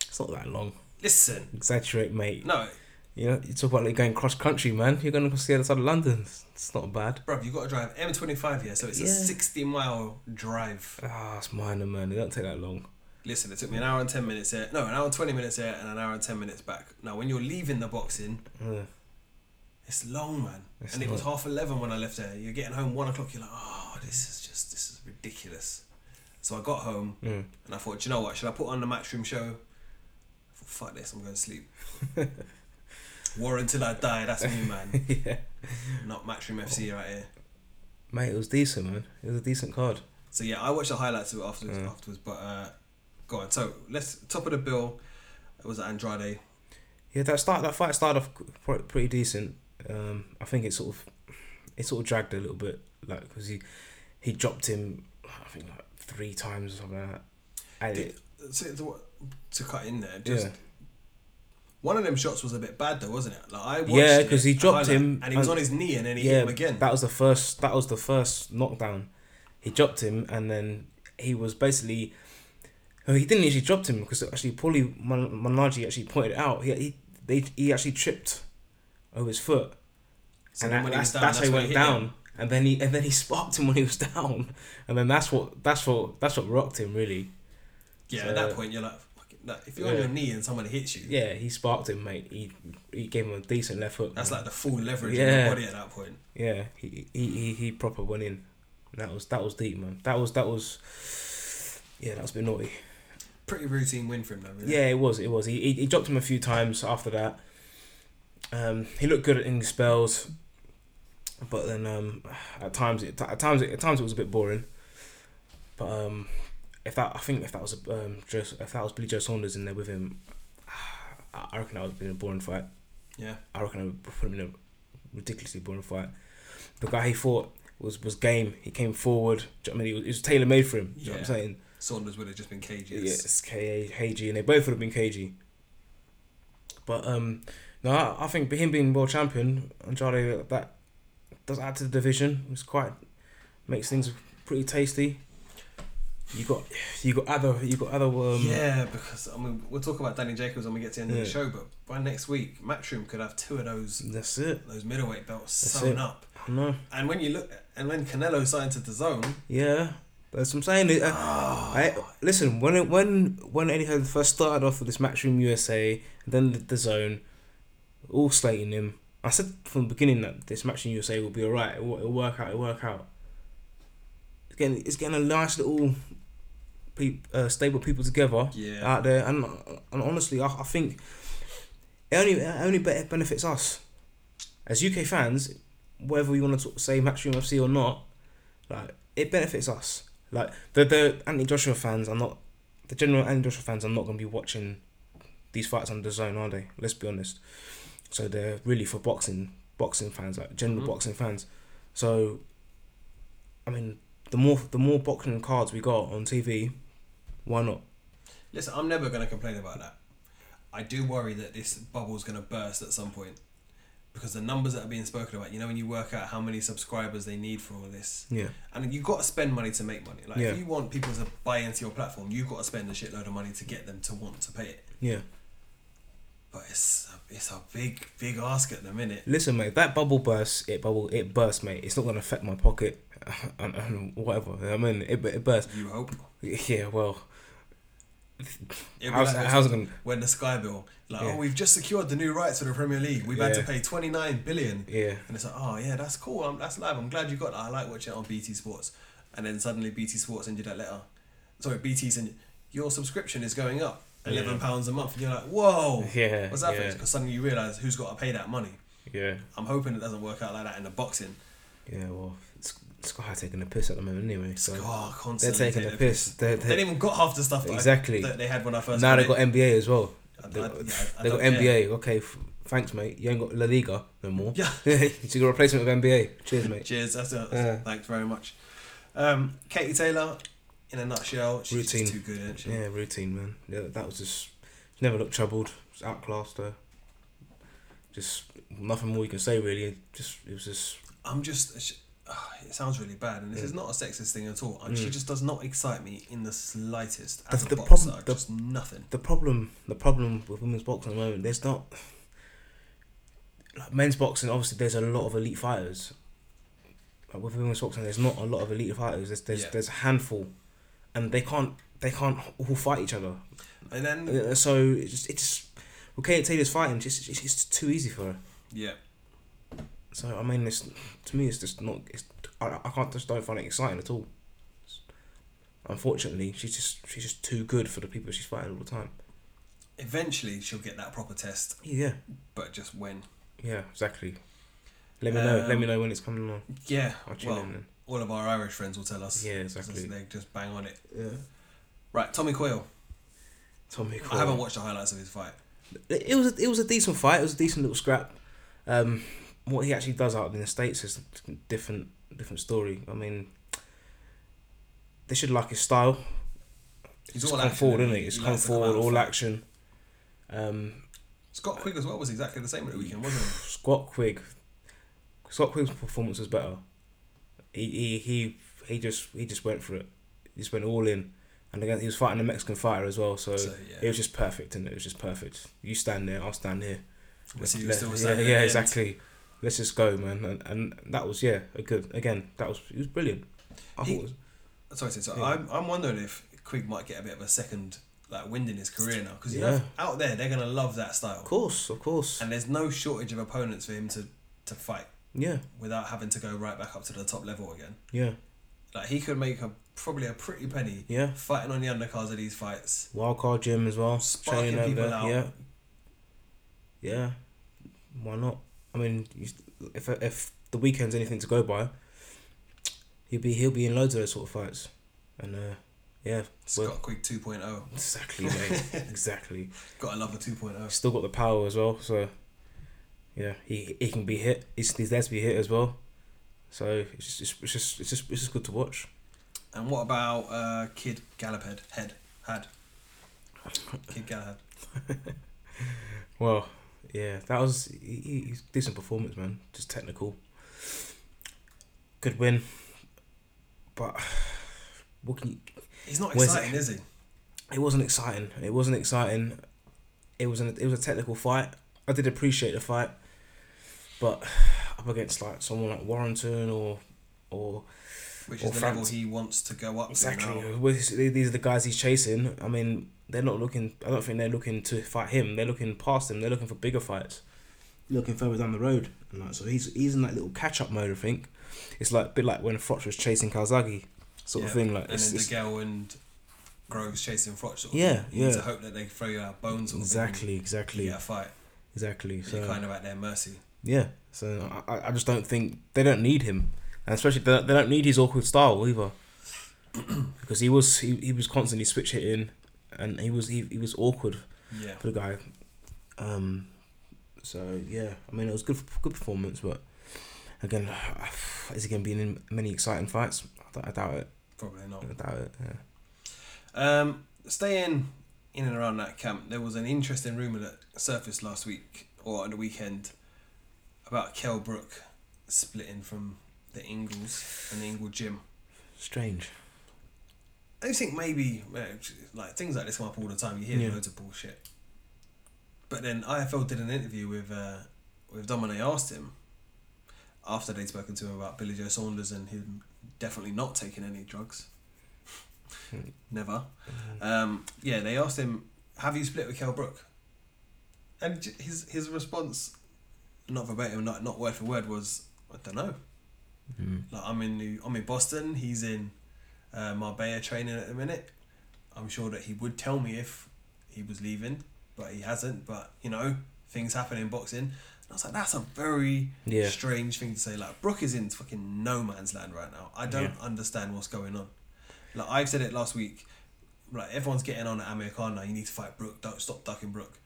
S4: it's not that long.
S3: Listen,
S4: Exaggerate, mate.
S3: no,
S4: You know, you talk about like going cross country, man. You're going to see the other side of London. It's, it's not bad.
S3: bruv, you've got to drive M25 here, so it's a
S4: Yeah.
S3: 60 mile drive.
S4: Ah, it's minor, man. It don't take that long.
S3: Listen, it took me an hour and 10 minutes here, no, an hour and 20 minutes here, and an hour and 10 minutes back. Now, when you're leaving the boxing,
S4: Yeah.
S3: It's long, man.
S4: It's
S3: and it was
S4: long.
S3: half eleven when I left there. You're getting home one o'clock. You're like, oh, this is just this is ridiculous. So I got home
S4: Mm.
S3: and I thought, Do you know what? Should I put on the matchroom show? I thought, Fuck this, I'm going to sleep. War until I die. That's me, man.
S4: yeah.
S3: Not matchroom FC right here.
S4: Mate, it was decent, man. It was a decent card.
S3: So yeah, I watched the highlights of it afterwards.
S4: Mm.
S3: Afterwards, but uh, go on. So let's top of the bill. It was Andrade.
S4: Yeah, that start that fight started off pr- pretty decent. Um, I think it sort of it sort of dragged a little bit, like because he he dropped him, I think like three times or something like that. And
S3: Did-
S4: it-
S3: So, to, to cut in there, just
S4: yeah,
S3: One of them shots was a bit bad though, wasn't it? Like I watched
S4: Yeah,
S3: it
S4: 'cause he
S3: at
S4: dropped
S3: highlight,
S4: him
S3: and he was
S4: and-
S3: on his knee, and then he hit
S4: yeah.
S3: him again.
S4: That was the first. That was the first knockdown. He dropped him, and then he was basically. oh, He didn't actually drop him because actually Paulie Man- Manaji actually pointed it out. He he they, he actually tripped over his foot.
S3: So
S4: and
S3: then
S4: that,
S3: when he was
S4: that's,
S3: down,
S4: that's how he
S3: when
S4: went
S3: hit him.
S4: down. And then he and then he sparked him when he was down. And then that's what that's what that's what rocked him really.
S3: Yeah,
S4: So-
S3: at that point you're like, fucking, like if you're on
S4: Yeah.
S3: your knee and someone hits you,
S4: Yeah, he sparked him, mate. He he gave him a decent left hook.
S3: that's
S4: man.
S3: like the full leverage of
S4: Yeah.
S3: your body at that point.
S4: yeah. He, he he he proper went in. And that was that was deep, man. That was that was yeah, that was a bit naughty.
S3: Pretty routine win for him though. Really.
S4: Yeah, it was. It was. He, he, he dropped him a few times after that. Um, he looked good in his spells, but then um, at times it at times it, at times it was a bit boring. But um, if that I think if that was um, just if that was Billy Joe Saunders in there with him, I I reckon that would have been a boring fight.
S3: Yeah.
S4: I reckon I would put him in a ridiculously boring fight. The guy he fought was was game. He came forward. Do you know what I mean, it was, it was tailor made for him. Do you know what I'm
S3: Yeah.
S4: saying?
S3: Saunders would have just been cages.
S4: Yes, K KG, and they both would have been KG. But um, no, I, I think him being world champion, Andrade, that does add to the division. It's quite makes things pretty tasty. You got you got other you got other um,
S3: yeah, because I mean we'll talk about Danny Jacobs when we get to the end of the
S4: Yeah.
S3: show, but by next week Matchroom could have two of those
S4: That's it.
S3: those middleweight belts
S4: That's
S3: sewn
S4: it.
S3: up.
S4: I know.
S3: And when you look, and when Canelo signed to the zone,
S4: Yeah, that's what I'm saying. I, I, listen, when it, when when Eddie Hearn first started off with this Matchroom USA, and then the, the Zone, all slating him. I said from the beginning that this Matchroom USA will be alright. It'll, it'll work out. It'll work out. It's getting it's getting a nice little peop, uh, stable of people together
S3: Yeah.
S4: out there, and and honestly, I, I think it only it only be- benefits us as UK fans, whether we want to say Matchroom FC or not Like it benefits us. Like the the Anthony Joshua fans are not the general Anthony Joshua fans are not going to be watching these fights under the zone, are they? Let's be honest. So they're really for boxing boxing fans, like general boxing fans. So, I mean, the more the more boxing cards we got on TV, why not?
S3: Listen, I'm never going to complain about that. I do worry that this bubble's going to burst at some point because the numbers that are being spoken about, you know, when you work out how many subscribers they need for all this,
S4: Yeah.
S3: and you've got to spend money to make money. Like,
S4: Yeah.
S3: if you want people to buy into your platform, you've got to spend a shitload of money to get them to want to pay it.
S4: Yeah.
S3: But it's a, it's a big, big ask at the minute.
S4: Listen, mate, that bubble burst, it bubble, it burst, mate. It's not gonna affect my pocket, and, and whatever. I mean, it, it burst.
S3: You hope.
S4: Yeah, well,
S3: It'd be
S4: how's,
S3: like-
S4: how's it gonna?
S3: when the Sky Bill, like,
S4: Yeah.
S3: oh, we've just secured the new rights for the Premier League. We've had to
S4: Yeah.
S3: pay twenty nine billion.
S4: Yeah.
S3: And it's like, oh yeah, that's cool. I'm, that's live. I'm glad you got that. I like watching it on BT Sports. And then suddenly BT Sports send you that letter. Sorry, BT send you, your subscription is going up eleven pounds a month. And you're like, whoa.
S4: Yeah,
S3: What's that
S4: yeah.
S3: Because suddenly you realise who's got to pay that money.
S4: Yeah.
S3: I'm hoping it doesn't work out like that in the boxing.
S4: Yeah. Well, it's, Sky are taking a piss at the moment, anyway. So
S3: Oh,
S4: they're
S3: constantly
S4: taking a
S3: take their
S4: piss. They're,
S3: They didn't
S4: they're,
S3: even got half the stuff that, I-
S4: Exactly.
S3: that they had when I first.
S4: now
S3: got
S4: they
S3: it.
S4: got NBA as well. They,
S3: I- I- yeah, I
S4: they got
S3: don't care.
S4: NBA. Okay, f- thanks, mate. You ain't got La Liga no more.
S3: Yeah.
S4: so you got a replacement with NBA. Cheers, mate.
S3: Cheers. That's a,
S4: Yeah.
S3: Thanks very much. Um, Katie Taylor, in a nutshell, she's
S4: Routine.
S3: just too good, isn't she?
S4: Yeah, routine, man. Yeah, that was just never looked troubled. Just outclassed her. Just nothing more you can say really. Just it was just
S3: I'm just. She, ah, it sounds really bad, and this is not a sexist thing at all. And she just does not excite me in the slightest. As
S4: Mm. The-
S3: a
S4: the
S3: boxer,
S4: problem- the-
S3: just nothing.
S4: the problem. The problem with women's boxing at the moment, there's not like men's boxing. Obviously, there's a lot of elite fighters. Like, with women's boxing, there's not a lot of elite fighters. There's there's,
S3: Yeah.
S4: there's a handful, and they can't they can't all fight each other.
S3: And then,
S4: Uh, So it's just it's well, Kate Taylor's fighting. Just it's, it's too easy for her.
S3: yeah,
S4: So I mean, it's to me, it's just not. It's I, I can't just don't find it exciting at all. Unfortunately, she's just she's just too good for the people she's fighting all the time.
S3: eventually she'll get that proper test,
S4: Yeah,
S3: but just when?
S4: yeah, exactly. Let me know.
S3: Um,
S4: Let me know when it's coming on.
S3: Yeah,
S4: I'll tune
S3: well,
S4: in then.
S3: all of our Irish friends will tell us.
S4: Yeah,
S3: Just-
S4: exactly.
S3: They just bang on it.
S4: Yeah.
S3: Right, Tommy Coyle.
S4: Tommy.
S3: I haven't
S4: Crawl.
S3: watched the highlights of his fight.
S4: It was a, it was a decent fight. It was a decent little scrap. Um, what he actually does out in the states is a different different story. I mean, they should like his style.
S3: He's
S4: It's
S3: all
S4: come
S3: action,
S4: forward,
S3: isn't
S4: isn't
S3: he?
S4: it? It's
S3: He
S4: come
S3: likes to come out
S4: forward,
S3: and
S4: all
S3: fight.
S4: action. Um,
S3: Scott Quigg as well was exactly the same at the weekend, wasn't he?
S4: Scott Quigg. Scott Quigg's performance was better. He he he, he just he just went for it. He just went all in, and again he was fighting a Mexican fighter as well. So,
S3: So, yeah.
S4: it was just perfect, and it? it was just perfect. You stand there, I'll stand here.
S3: We'll see who
S4: Let-
S3: still
S4: yeah,
S3: standing at the
S4: yeah,
S3: end.
S4: exactly. Let's just go, man. And, and that was yeah, a good again. That was it was brilliant. I
S3: He-
S4: thought it was,
S3: Sorry, so, so
S4: Yeah.
S3: I'm, I'm wondering if Quigg might get a bit of a second like wind in his career now because you know
S4: Yeah.
S3: out there they're gonna love that style,
S4: of course, of course.
S3: and there's no shortage of opponents for him to to fight
S4: yeah,
S3: without having to go right back up to the top level again.
S4: yeah,
S3: Like he could make a probably a pretty penny
S4: yeah.
S3: fighting on the undercards of these fights.
S4: Wildcard gym as well.
S3: Sparking
S4: training over
S3: people
S4: there,
S3: out.
S4: Yeah. Yeah. Why not? I mean, you- if if the weekend's anything to go by, he'll be he'll be in loads of those sort of fights, and uh, yeah,
S3: Scott
S4: well,
S3: Quigg 2.0,
S4: exactly, mate, exactly.
S3: gotta love a 2.0.
S4: Still got the power as well, so yeah, he he can be hit. He's he's there to be hit as well. So it's just it's, it's just it's just it's just good to watch.
S3: And what about uh, Kid Gallophead? Head had Kid Galahad.
S4: Well, yeah, that was he, he- he's decent performance, man. Just technical, good win, but what can you?
S3: He's not
S4: Where's-
S3: exciting, is he?
S4: It wasn't exciting. It wasn't exciting. It was an it was a technical fight. I did appreciate the fight, but up against like someone like Warrington or or
S3: Which
S4: Or
S3: is the
S4: France.
S3: level he wants to go up to now.
S4: Exactly. Well, it's- These are the guys he's chasing. I mean, they're not looking. I don't think they're looking to fight him. They're looking past him. They're looking for bigger fights. Looking further down the road, and like, so he's he's in that little catch up mode. I think it's like a bit like when Frotch was chasing Kazagi, sort of
S3: Yeah.
S4: thing. Like
S3: and
S4: it's,
S3: then
S4: it's-
S3: the girl and Groves chasing Frotch. Sort of
S4: Yeah,
S3: thing. You need
S4: yeah.
S3: To hope that they throw you out bones. Sort
S4: exactly,
S3: Of thing.
S4: exactly,
S3: You get a fight.
S4: exactly.
S3: So, you're
S4: So
S3: kind of at their mercy.
S4: yeah. So I I- I just don't think they don't need him. and especially they don't, they don't need his awkward style either, because he was he, he was constantly switch hitting, and he was he, he was awkward
S3: Yeah.
S4: for the guy. Um, so yeah, I mean it was good good performance, but again, is he going to be in many exciting fights? I, d- I doubt it.
S3: Probably not.
S4: I doubt it. Yeah.
S3: Um, staying in and around that camp, there was an interesting rumour that surfaced last week or on the weekend about Kell Brook splitting from the Ingles and the Ingle gym.
S4: Strange.
S3: I do think maybe uh, like things like this come up all the time. You hear
S4: Yeah.
S3: loads of bullshit. But then IFL did an interview with uh, with Dom and they asked him after they'd spoken to him about Billy Joe Saunders and him definitely not taking any drugs. Never. Um, yeah, they asked him, "Have you split with Kel Brook?" And j- his his response, not verbatim, not not word for word, was, "I don't know." Like I'm in New, I'm in Boston. He's in uh, Marbella training at the minute. I'm sure that he would tell me if he was leaving, but he hasn't. But you know, things happen in boxing. And I was like, that's a very
S4: Yeah.
S3: strange thing to say. Like Brooke is in fucking no man's land right now. I don't understand what's going on. Like I've said it last week. Like everyone's getting on at Amir Khan now. You need to fight Brooke. Don't stop ducking Brooke.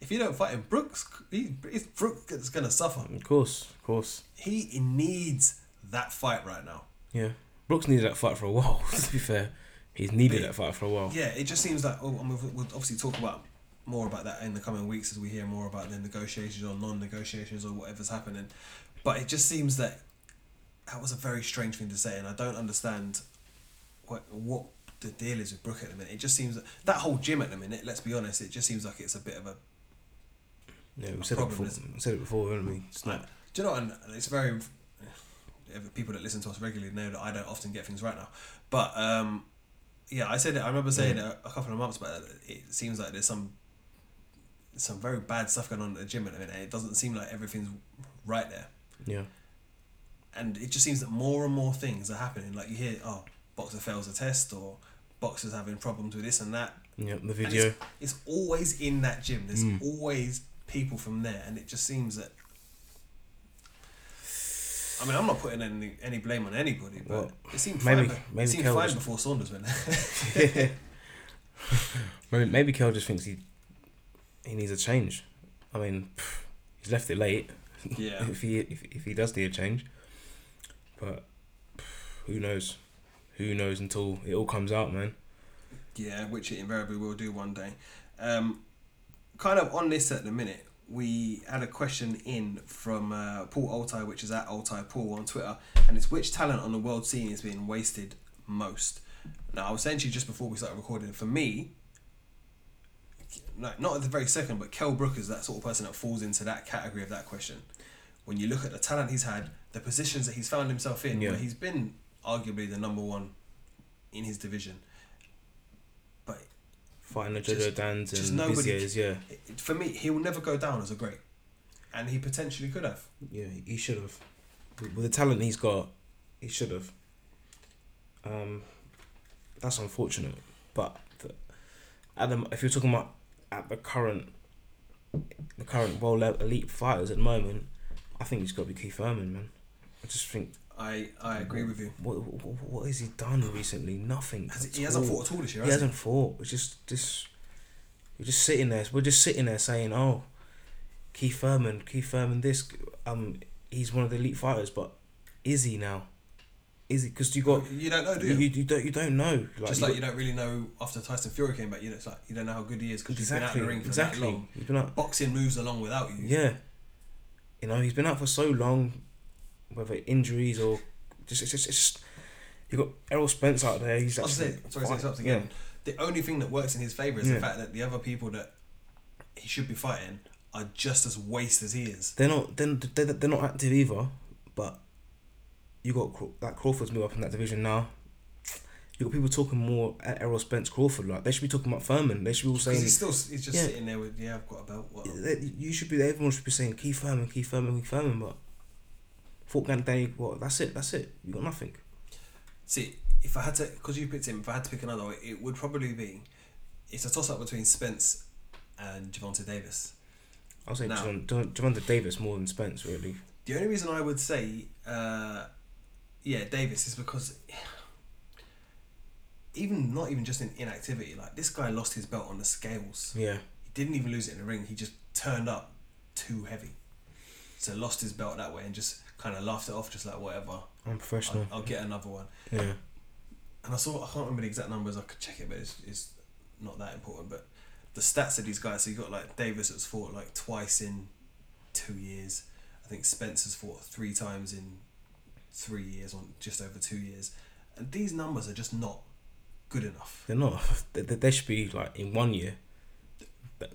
S3: If you don't fight him, Brooks, he, it's Brooke that's gonna suffer.
S4: Of course, of course.
S3: He needs that fight right now.
S4: Yeah. Brooks needed that fight for a while. to be fair, he's needed
S3: But-
S4: that fight for a while.
S3: Yeah, it just seems like oh, and we'll, we'll obviously talk about more about that in the coming weeks as we hear more about the negotiations or non-negotiations or whatever's happening. But it just seems that that was a very strange thing to say, and I don't understand what what the deal is with Brooke at the minute. It just seems that that whole gym at the minute. Let's be honest, it just seems like it's a bit of a
S4: Yeah, we said it
S3: problem,
S4: before.
S3: isn't
S4: We said it before, didn't we? It's not.
S3: Do you know? And it's very. People that listen to us regularly know that I don't often get things right now, but um, yeah, I said it. I remember saying it a couple of months back. that It seems like there's some some very bad stuff going on at the gym at the minute. and It doesn't seem like everything's right there,
S4: Yeah.
S3: and it just seems that more and more things are happening. Like you hear, oh, boxer fails a test, or boxers having problems with this and that.
S4: Yeah. The
S3: And
S4: video.
S3: It's, it's always in that gym. There's
S4: Mm.
S3: always people from there, and it just seems that. I mean, I'm not putting any any blame on anybody, but
S4: Well,
S3: it seemed
S4: maybe-
S3: fine. be-
S4: maybe
S3: it seemed
S4: Kel
S3: fine
S4: was-
S3: before Saunders went.
S4: Maybe maybe Kel just thinks he he needs a change. I mean, pff, he's left it late.
S3: Yeah.
S4: if he if, if he does need a change, but pff, who knows? Who knows until it all comes out, man?
S3: yeah, which it invariably will do one day. Um, kind of on this at the minute, we had a question in from uh, Paul Altai, which is at Altai Paul on Twitter, and it's which talent on the world scene is being wasted most. Now, I was saying to you just before we started recording, for me, like not at the very second, but Kel Brook is that sort of person that falls into that category of that question. When you look at the talent he's had, the positions that he's found himself in,
S4: Yeah.
S3: where he's been arguably the number one in his division, but
S4: Fighting the
S3: Just-
S4: Jojo Dans
S3: just
S4: and
S3: nobody-
S4: Vizier's, yeah,
S3: it- it- for me, he will never go down as a great, and he potentially could have.
S4: yeah, he should have. With with the talent he's got, he should have. Um, that's unfortunate, but the, at the if you're talking about at the current, the current world level elite fighters at the moment, I think it's got to be Keith Thurman, man. I just think
S3: I I agree with you.
S4: What, what, what has he done recently? Nothing.
S3: Has
S4: at
S3: he, he hasn't
S4: all.
S3: fought at all this year.
S4: He
S3: Has he
S4: hasn't fought. It's just just we're just sitting there. We're just sitting there saying, "Oh, Keith Thurman, Keith Thurman, this um, he's one of the elite fighters, but is he now? Is he? Because you got
S3: You don't know, do
S4: you,
S3: you?
S4: you, don't you don't know.
S3: Just like you don't really know after Tyson Fury came back, you know, it's like you don't know how good he is because he's been out
S4: exactly
S3: in the ring for
S4: exactly.
S3: that long.
S4: You've been out.
S3: Boxing moves along without you.
S4: Yeah, you know he's been out for so long, whether injuries or just it's just, it's just you got Errol Spence out there. He's
S3: I'll
S4: actually
S3: say, sorry, to
S4: fight-
S3: interrupt
S4: yeah.
S3: again. The only thing that works in his favour is
S4: Yeah.
S3: the fact that the other people that he should be fighting are just as waste as he is.
S4: They're not. They're, they're, they're not active either. But you got Craw- that Crawford's move up in that division now. You got people talking more at Errol Spence Crawford. Like they should be talking about Furman. They should be all
S3: Because
S4: saying.
S3: he's still he's just
S4: Yeah.
S3: sitting there with yeah, I've got a belt. What?
S4: that you should be. Everyone should be saying Keith Furman, Keith Furman, Keith Furman. But Fort Day, what? That's it. That's it. You got nothing.
S3: See, if I had to, because you picked him, if I had to pick another, it would probably be it's a toss up between Spence and Javante Davis.
S4: I'll say
S3: No.
S4: Javon Javon- Javante Davis more than Spence really.
S3: The only reason I would say uh, yeah Davis is because even not even just in inactivity, like this guy lost his belt on the scales.
S4: Yeah.
S3: He didn't even lose it in the ring. He just turned up too heavy, so lost his belt that way and just kind of laughed it off, just like whatever.
S4: I'm professional.
S3: I'll, I'll get another one.
S4: yeah.
S3: and I saw I can't remember the exact numbers. I could check it, but it's, it's not that important. But the stats of these guys. So you got like Davis that's fought like twice in two years. I think Spencer's fought three times in three years, on just over two years. And these numbers are just not good enough.
S4: They're not. They, they they should be like in one year. Th-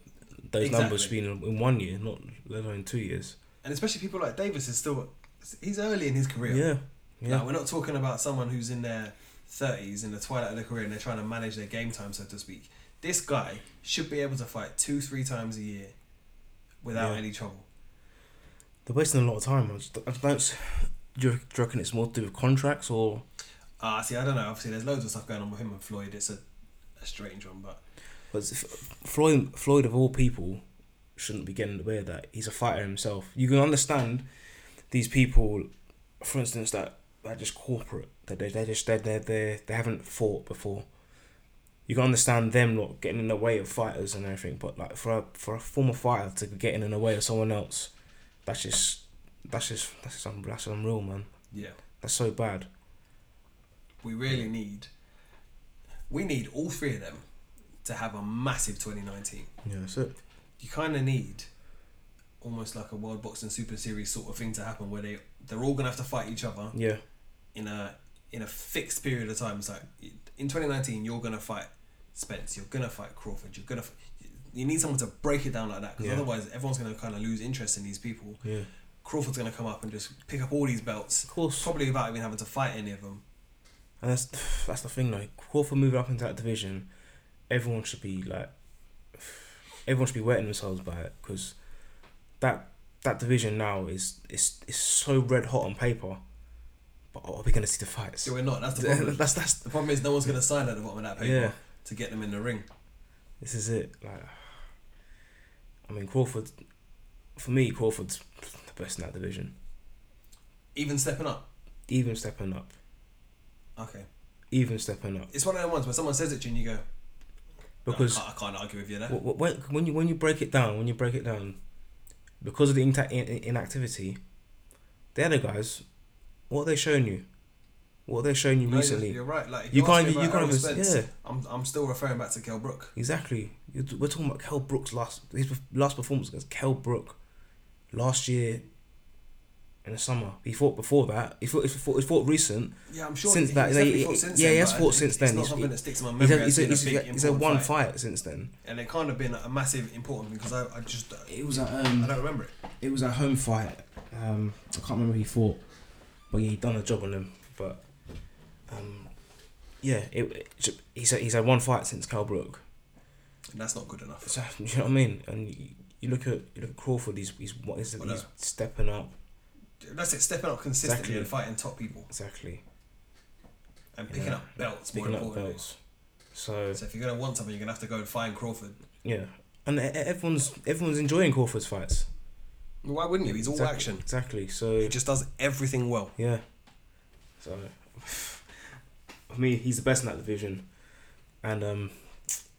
S4: Those numbers should be in, in one year, not let alone two years.
S3: And especially people like Davis is still he's early in his career.
S4: Yeah. Yeah.
S3: Like, we're not talking about someone who's in their 30s, in the twilight of their career, and they're trying to manage their game time, so to speak. This guy should be able to fight two, three times a year without
S4: Yeah.
S3: any trouble.
S4: They're wasting a lot of time. I just, I just don't. Do you do you reckon it's more to do with contracts or?
S3: Ah, see, I don't know. Obviously, there's loads of stuff going on with him and Floyd. It's a, a strange one, but
S4: But if- Floyd, Floyd of all people, shouldn't be getting in the way of that. He's a fighter himself. You can understand these people, for instance, that are just corporate. That they they just they they they they haven't fought before. You can understand them not getting in the way of fighters and everything. But like for a for a former fighter to be getting in the way of someone else, that's just that's just that's just, un- that's unreal, man.
S3: yeah,
S4: That's so bad.
S3: we really need. We need all three of them to have a massive 2019.
S4: Yeah, that's it.
S3: You kind of need almost like a World Boxing Super Series sort of thing to happen where they, they're all going to have to fight each other.
S4: Yeah,
S3: in a in a fixed period of time. It's like in 2019, you're gonna fight Spence, you're gonna fight Crawford, you're gonna. F- you need someone to break it down like that because
S4: Yeah.
S3: otherwise, everyone's gonna kind of lose interest in these people.
S4: yeah,
S3: Crawford's gonna come up and just pick up all these belts,
S4: of course.
S3: probably without even having to fight any of them.
S4: And that's that's the thing though. Crawford moving up into that division, everyone should be like, everyone should be wetting themselves by it because that that division now is is is so red hot on paper, but are we gonna see the fights?
S3: So we're not. That's the problem.
S4: that's that's
S3: the problem is no one's gonna sign at the bottom of that paper
S4: yeah.
S3: to get them in the ring.
S4: This is it. Like, I mean Crawford, for me Crawford's the best in that division.
S3: Even stepping up.
S4: Even stepping up,
S3: Okay,
S4: even stepping up
S3: it's one of the ones where someone says it to you and you go,
S4: because.
S3: because I can't, I can't argue with you there.
S4: Wh- wh- when, when you when you break it down, when you break it down, because of the inta- in- in- inactivity, the other guys, what are they showing you? What are they showing you
S3: No, you're,
S4: recently?
S3: you're right. Like if
S4: You
S3: you,
S4: can't
S3: ask me
S4: even- you
S3: about
S4: can't
S3: Errol
S4: even-
S3: Spence,
S4: yeah.
S3: I'm, I'm still referring back to Kell Brook.
S4: Exactly. You're, t- we're talking about Kel Brook's last his perf- last performance against Kel Brook last year in the summer. He fought before that. He fought. He fought, he fought recent.
S3: Yeah, I'm sure.
S4: Since
S3: he-
S4: that-
S3: he's
S4: yeah,
S3: definitely
S4: yeah,
S3: fought since
S4: yeah,
S3: then,
S4: he has
S3: but
S4: fought
S3: it's-
S4: since
S3: it's
S4: then.
S3: not
S4: He's-
S3: something that sticks in my
S4: He's
S3: memory.
S4: had, he's,
S3: as being
S4: he's,
S3: a big,
S4: he's had
S3: important
S4: one
S3: fight.
S4: fight. since then.
S3: and it kind of been a massive important because I, I just uh,
S4: It was at
S3: I
S4: um,
S3: don't remember it.
S4: it was a home fight. Um, I can't remember who he fought, but yeah, he done a job on him. But um, yeah, it, it- he's had, he's had one fight since Cal Brook.
S3: And that's not good enough.
S4: So, you know what I mean? And you, you look at you look at Crawford. He's he's what is it?
S3: Well,
S4: He's
S3: no.
S4: stepping up
S3: That's it. Stepping up consistently
S4: Exactly.
S3: and fighting top people
S4: exactly,
S3: and picking
S4: Yeah.
S3: up belts. More
S4: picking up
S3: importantly.
S4: belts. So
S3: So if you're gonna want something, you're gonna have to go and find Crawford.
S4: yeah, and e- e- everyone's everyone's enjoying Crawford's fights.
S3: Why wouldn't you? He's all
S4: exactly,
S3: action.
S4: Exactly. So
S3: He just does everything well.
S4: Yeah. So, for me, he's the best in that division. And um,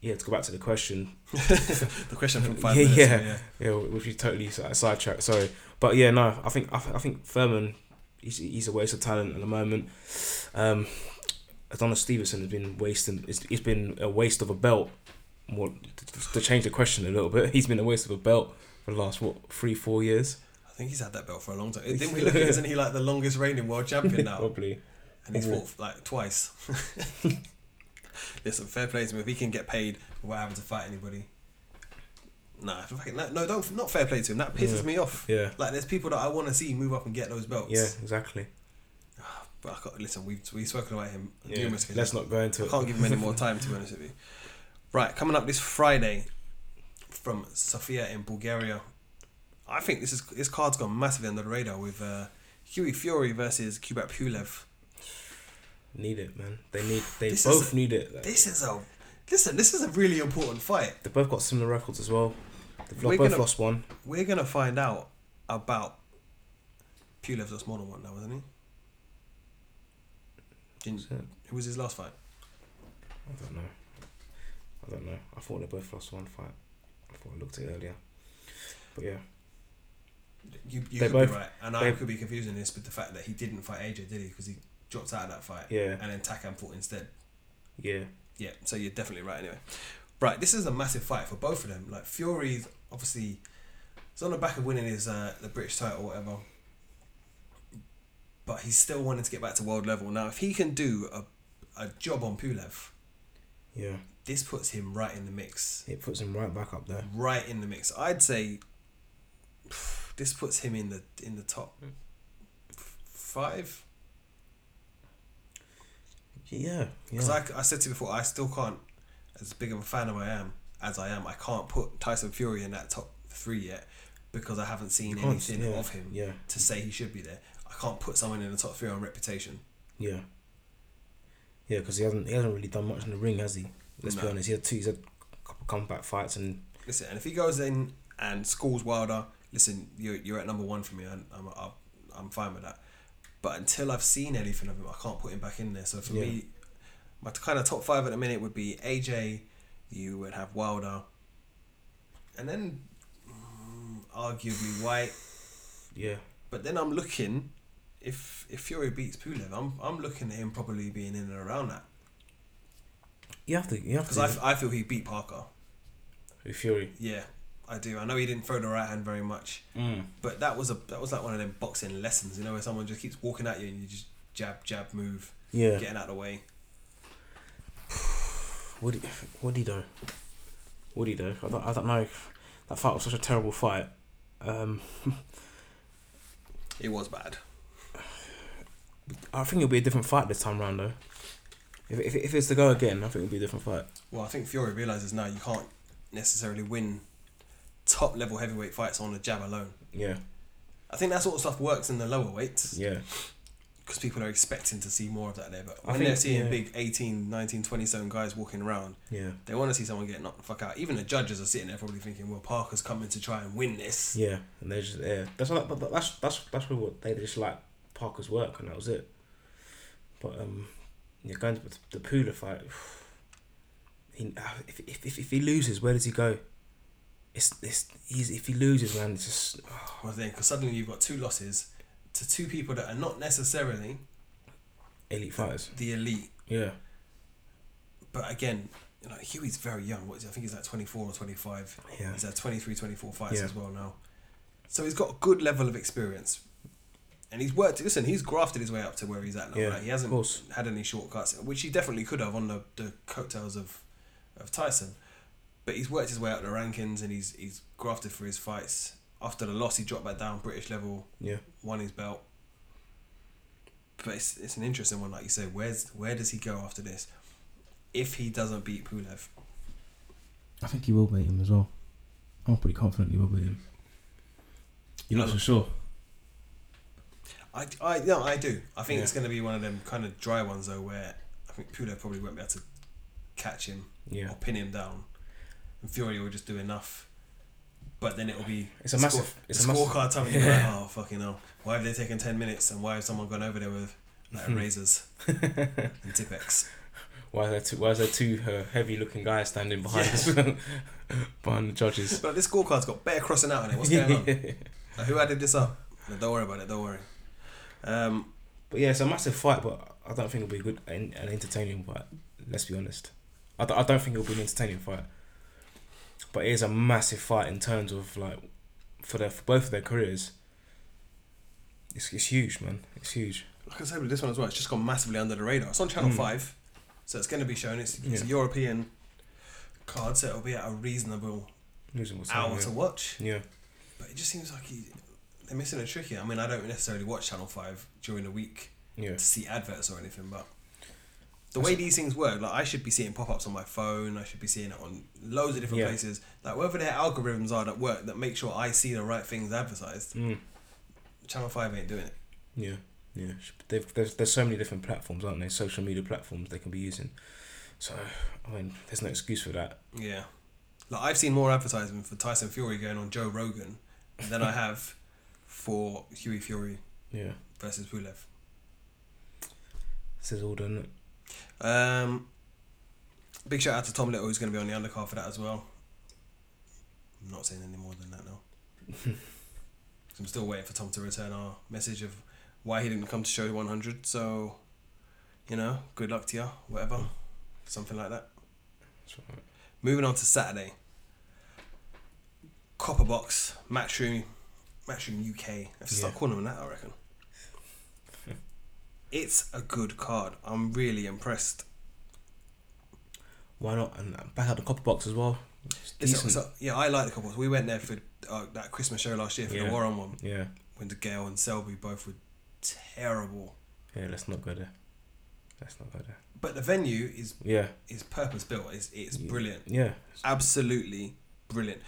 S4: yeah, to go back to the question,
S3: the question from five
S4: Yeah,
S3: minutes.
S4: yeah.
S3: ago, yeah.
S4: yeah, which is totally si- sidetracked. Sorry, but yeah, no, I think I, th- I think Furman, he's, he's a waste of talent at the moment. Um, Adonis Stevenson has been wasting. It's, it's been a waste of a belt. More to, to change the question a little bit, he's been a waste of a belt for the last what three, four years.
S3: I think he's had that belt for a long time. Didn't we look at? Isn't he like the longest reigning world champion now?
S4: Probably.
S3: and he's fought like twice. Listen, fair play to him. If he can get paid without having to fight anybody, nah, fucking- no, no, don't not fair play to him. That pisses
S4: Yeah.
S3: me off.
S4: Yeah.
S3: Like there's people that I want to see move up and get those belts.
S4: Yeah. Exactly.
S3: but I can't, listen, we've we've spoken about him on
S4: Yeah.
S3: numerous occasions.
S4: Let's not go into
S3: I
S4: it.
S3: can't give him any more time to be honest with you. Right, coming up this Friday from Sofia in Bulgaria. I think this is this card's gone massively under the radar with uh, Huey Fury versus Kubrat Pulev.
S4: Need it, man. They need. They
S3: This is
S4: both
S3: a-
S4: need it. Like,
S3: This is a listen. This is a really important fight.
S4: they both got similar records as well. They've lo-
S3: We're
S4: both
S3: gonna-
S4: lost one.
S3: We're gonna find out about Pulev's lost more than one now, isn't he? Can- It was his last fight.
S4: I don't know. I don't know. I thought they both lost one fight. I thought I looked at it earlier. But yeah,
S3: You, you
S4: They
S3: could
S4: both-
S3: be right, and I
S4: they-
S3: could be confusing this with the fact that he didn't fight AJ, did he? Because he dropped out of that fight,
S4: Yeah.
S3: and then Takam fought instead.
S4: yeah,
S3: Yeah, so you're definitely right. Anyway, right, this is a massive fight for both of them. Like Fury's obviously, he's on the back of winning his uh, the British title, or whatever. But he's still wanting to get back to world level now. If he can do a, a job on Pulev,
S4: yeah.
S3: this puts him right in the mix.
S4: It puts him right back up there.
S3: Right in the mix. I'd say pff, this puts him in the in the top f- five.
S4: Yeah,
S3: Because
S4: yeah.
S3: I, I said to you before, I still can't, as big of a fan of I am as I am, I can't put Tyson Fury in that top three yet because I haven't seen
S4: can't,
S3: anything
S4: yeah,
S3: of him
S4: yeah.
S3: to say he should be there. I can't put someone in the top three on reputation.
S4: Yeah. Yeah, because he hasn't he hasn't really done much in the ring, has he? Let's be
S3: No.
S4: honest. He had two. He's had a couple comeback fights, and
S3: Listen, and if he goes in and scores Wilder, listen, you're, you're at number one for me. I'm, I'm, I'm- I'm fine with that. But until I've seen anything of him, I can't put him back in there. So for
S4: Yeah.
S3: me, my kind of top five at the minute would be AJ, you would have Wilder, and then mm, arguably White.
S4: yeah,
S3: But then I'm looking, if if Fury beats Pulev, I'm, I'm looking at him probably being in and around that.
S4: you have to you have
S3: Because
S4: to
S3: I f I I feel he beat Parker.
S4: with Fury.
S3: Yeah, I do. I know he didn't throw the right hand very much,
S4: Mm.
S3: but that was a that was like one of them boxing lessons, you know, where someone just keeps walking at you and you just jab, jab, move,
S4: Yeah.
S3: getting out of the way.
S4: Would he, would he though? Would he though? I don't, I don't know. That fight was such a terrible fight. Um,
S3: It was bad.
S4: I think it'll be a different fight this time round though. If, if, if it's to go again, I think it'll be a different fight.
S3: Well, I think Fury realizes now you can't necessarily win top level heavyweight fights on a jab alone.
S4: Yeah,
S3: I think that sort of stuff works in the lower weights
S4: yeah,
S3: because people are expecting to see more of that there. But
S4: I
S3: when
S4: think-
S3: they're seeing
S4: yeah.
S3: big 18, 19, 27 guys walking around,
S4: yeah,
S3: they want to see someone get knocked the fuck out. Even the judges are sitting there probably thinking, well, Parker's coming to try and win this.
S4: yeah. And they're just yeah. That's what, but but that's that's that's really what they just like Parker's work, and that was it. But um, yeah, going to the Pula fight. He, if, if, if, if he loses, where does he go? It's it's he's if he loses, man, it's just
S3: Well, then, because suddenly you've got two losses to two people that are not necessarily
S4: elite fighters.
S3: the elite.
S4: Yeah.
S3: But again, you know, Huey's very young. What is he? I think he's like 24 or 25.
S4: Yeah.
S3: He's had 23, 24 fights
S4: Yeah.
S3: as well now. So he's got a good level of experience. And he's worked, listen, he's grafted his way up to where he's at now.
S4: Yeah,
S3: right? He
S4: of
S3: hasn't
S4: course.
S3: had any shortcuts, which he definitely could have on the, the coattails of, of Tyson. But he's worked his way up the rankings and he's, he's grafted for his fights. After the loss, he dropped back down British level.
S4: Yeah.
S3: won his belt. But it's, it's an interesting one, like you said. Where's where does he go after this? If he doesn't beat Pulev,
S5: I think he will beat him as well. I'm pretty confident he will beat him. You're not so sure.
S3: I, I no, I do. I think
S4: Yeah.
S3: it's going to be one of them kind of dry ones though, where I think Pulev probably won't be able to catch him
S4: Yeah.
S3: or pin him down, and Fury will just do enough. But then it'll be
S4: It's a
S3: score-
S4: massive- it's
S3: the
S4: a massive-
S3: scorecard time. and You're
S4: Yeah.
S3: like, oh fucking hell! Why have they taken ten minutes? And why have someone gone over there with like razors and Tipex?
S4: Why is there two? Why is there two uh, heavy-looking guys standing behind us, behind the judges?
S3: But this scorecard's got bear crossing out on it. What's going on?
S4: but
S3: Uh, Who added this up? No, don't worry about it. Don't worry. Um,
S4: yeah, it's a massive fight, but I don't think it'll be a good an, an entertaining fight. Let's be honest. I, don't- I don't think it'll be an entertaining fight. But it is a massive fight in terms of like for their for both of their careers. It's, it's huge, man. It's huge.
S3: like I said with this one as well, it's just gone massively under the radar. It's on Channel
S4: Mm.
S3: Five, so it's going to be shown. It's, it's a
S4: Yeah.
S3: European card, so it'll be at a reasonable
S4: Losing was
S3: hour
S4: yeah.
S3: to watch.
S4: yeah,
S3: But it just seems like he, they're missing a trick here. I mean, I don't necessarily watch Channel Five during the week
S4: yeah,
S3: to see adverts or anything, but. The way these things work, like I should be seeing pop ups on my phone, I should be seeing it on loads of different
S4: Yeah.
S3: places. Like wherever their algorithms are that work that make sure I see the right things advertised,
S4: mm,
S3: Channel 5 ain't doing it.
S4: yeah, yeah. They've, there's there's so many different platforms, aren't there? Social media platforms they can be using. So I mean, there's no excuse for that.
S3: Yeah. Like I've seen more advertisement for Tyson Fury going on Joe Rogan than I have for Huey Fury
S4: Yeah.
S3: versus Pulev.
S4: says all done. it?
S3: Um, big shout out to Tom Little, who's going to be on the undercard for that as well. I'm not saying any more than that now. 'Cause I'm still waiting for Tom to return our message of why he didn't come to show 100. So, you know, good luck to you, whatever. Something like that.
S4: That's all right.
S3: Moving on to Saturday. Copper Box, Matchroom, Matchroom UK. Let's start
S4: Yeah.
S3: calling them that, I reckon. It's a good card. I'm really impressed.
S4: Why not? And uh, back out the copper box as well. It's
S3: It's-
S4: decent.
S3: so- yeah, I like the couples. We went there for uh, that Christmas show last year for the
S4: Yeah.
S3: Warren one.
S4: Yeah,
S3: When the Gale and Selby both were terrible,
S4: yeah. Let's not go there. Let's not go there.
S3: but the venue is
S4: Yeah,
S3: is purpose built. It's it's
S4: Yeah.
S3: brilliant,
S4: yeah.
S3: absolutely brilliant.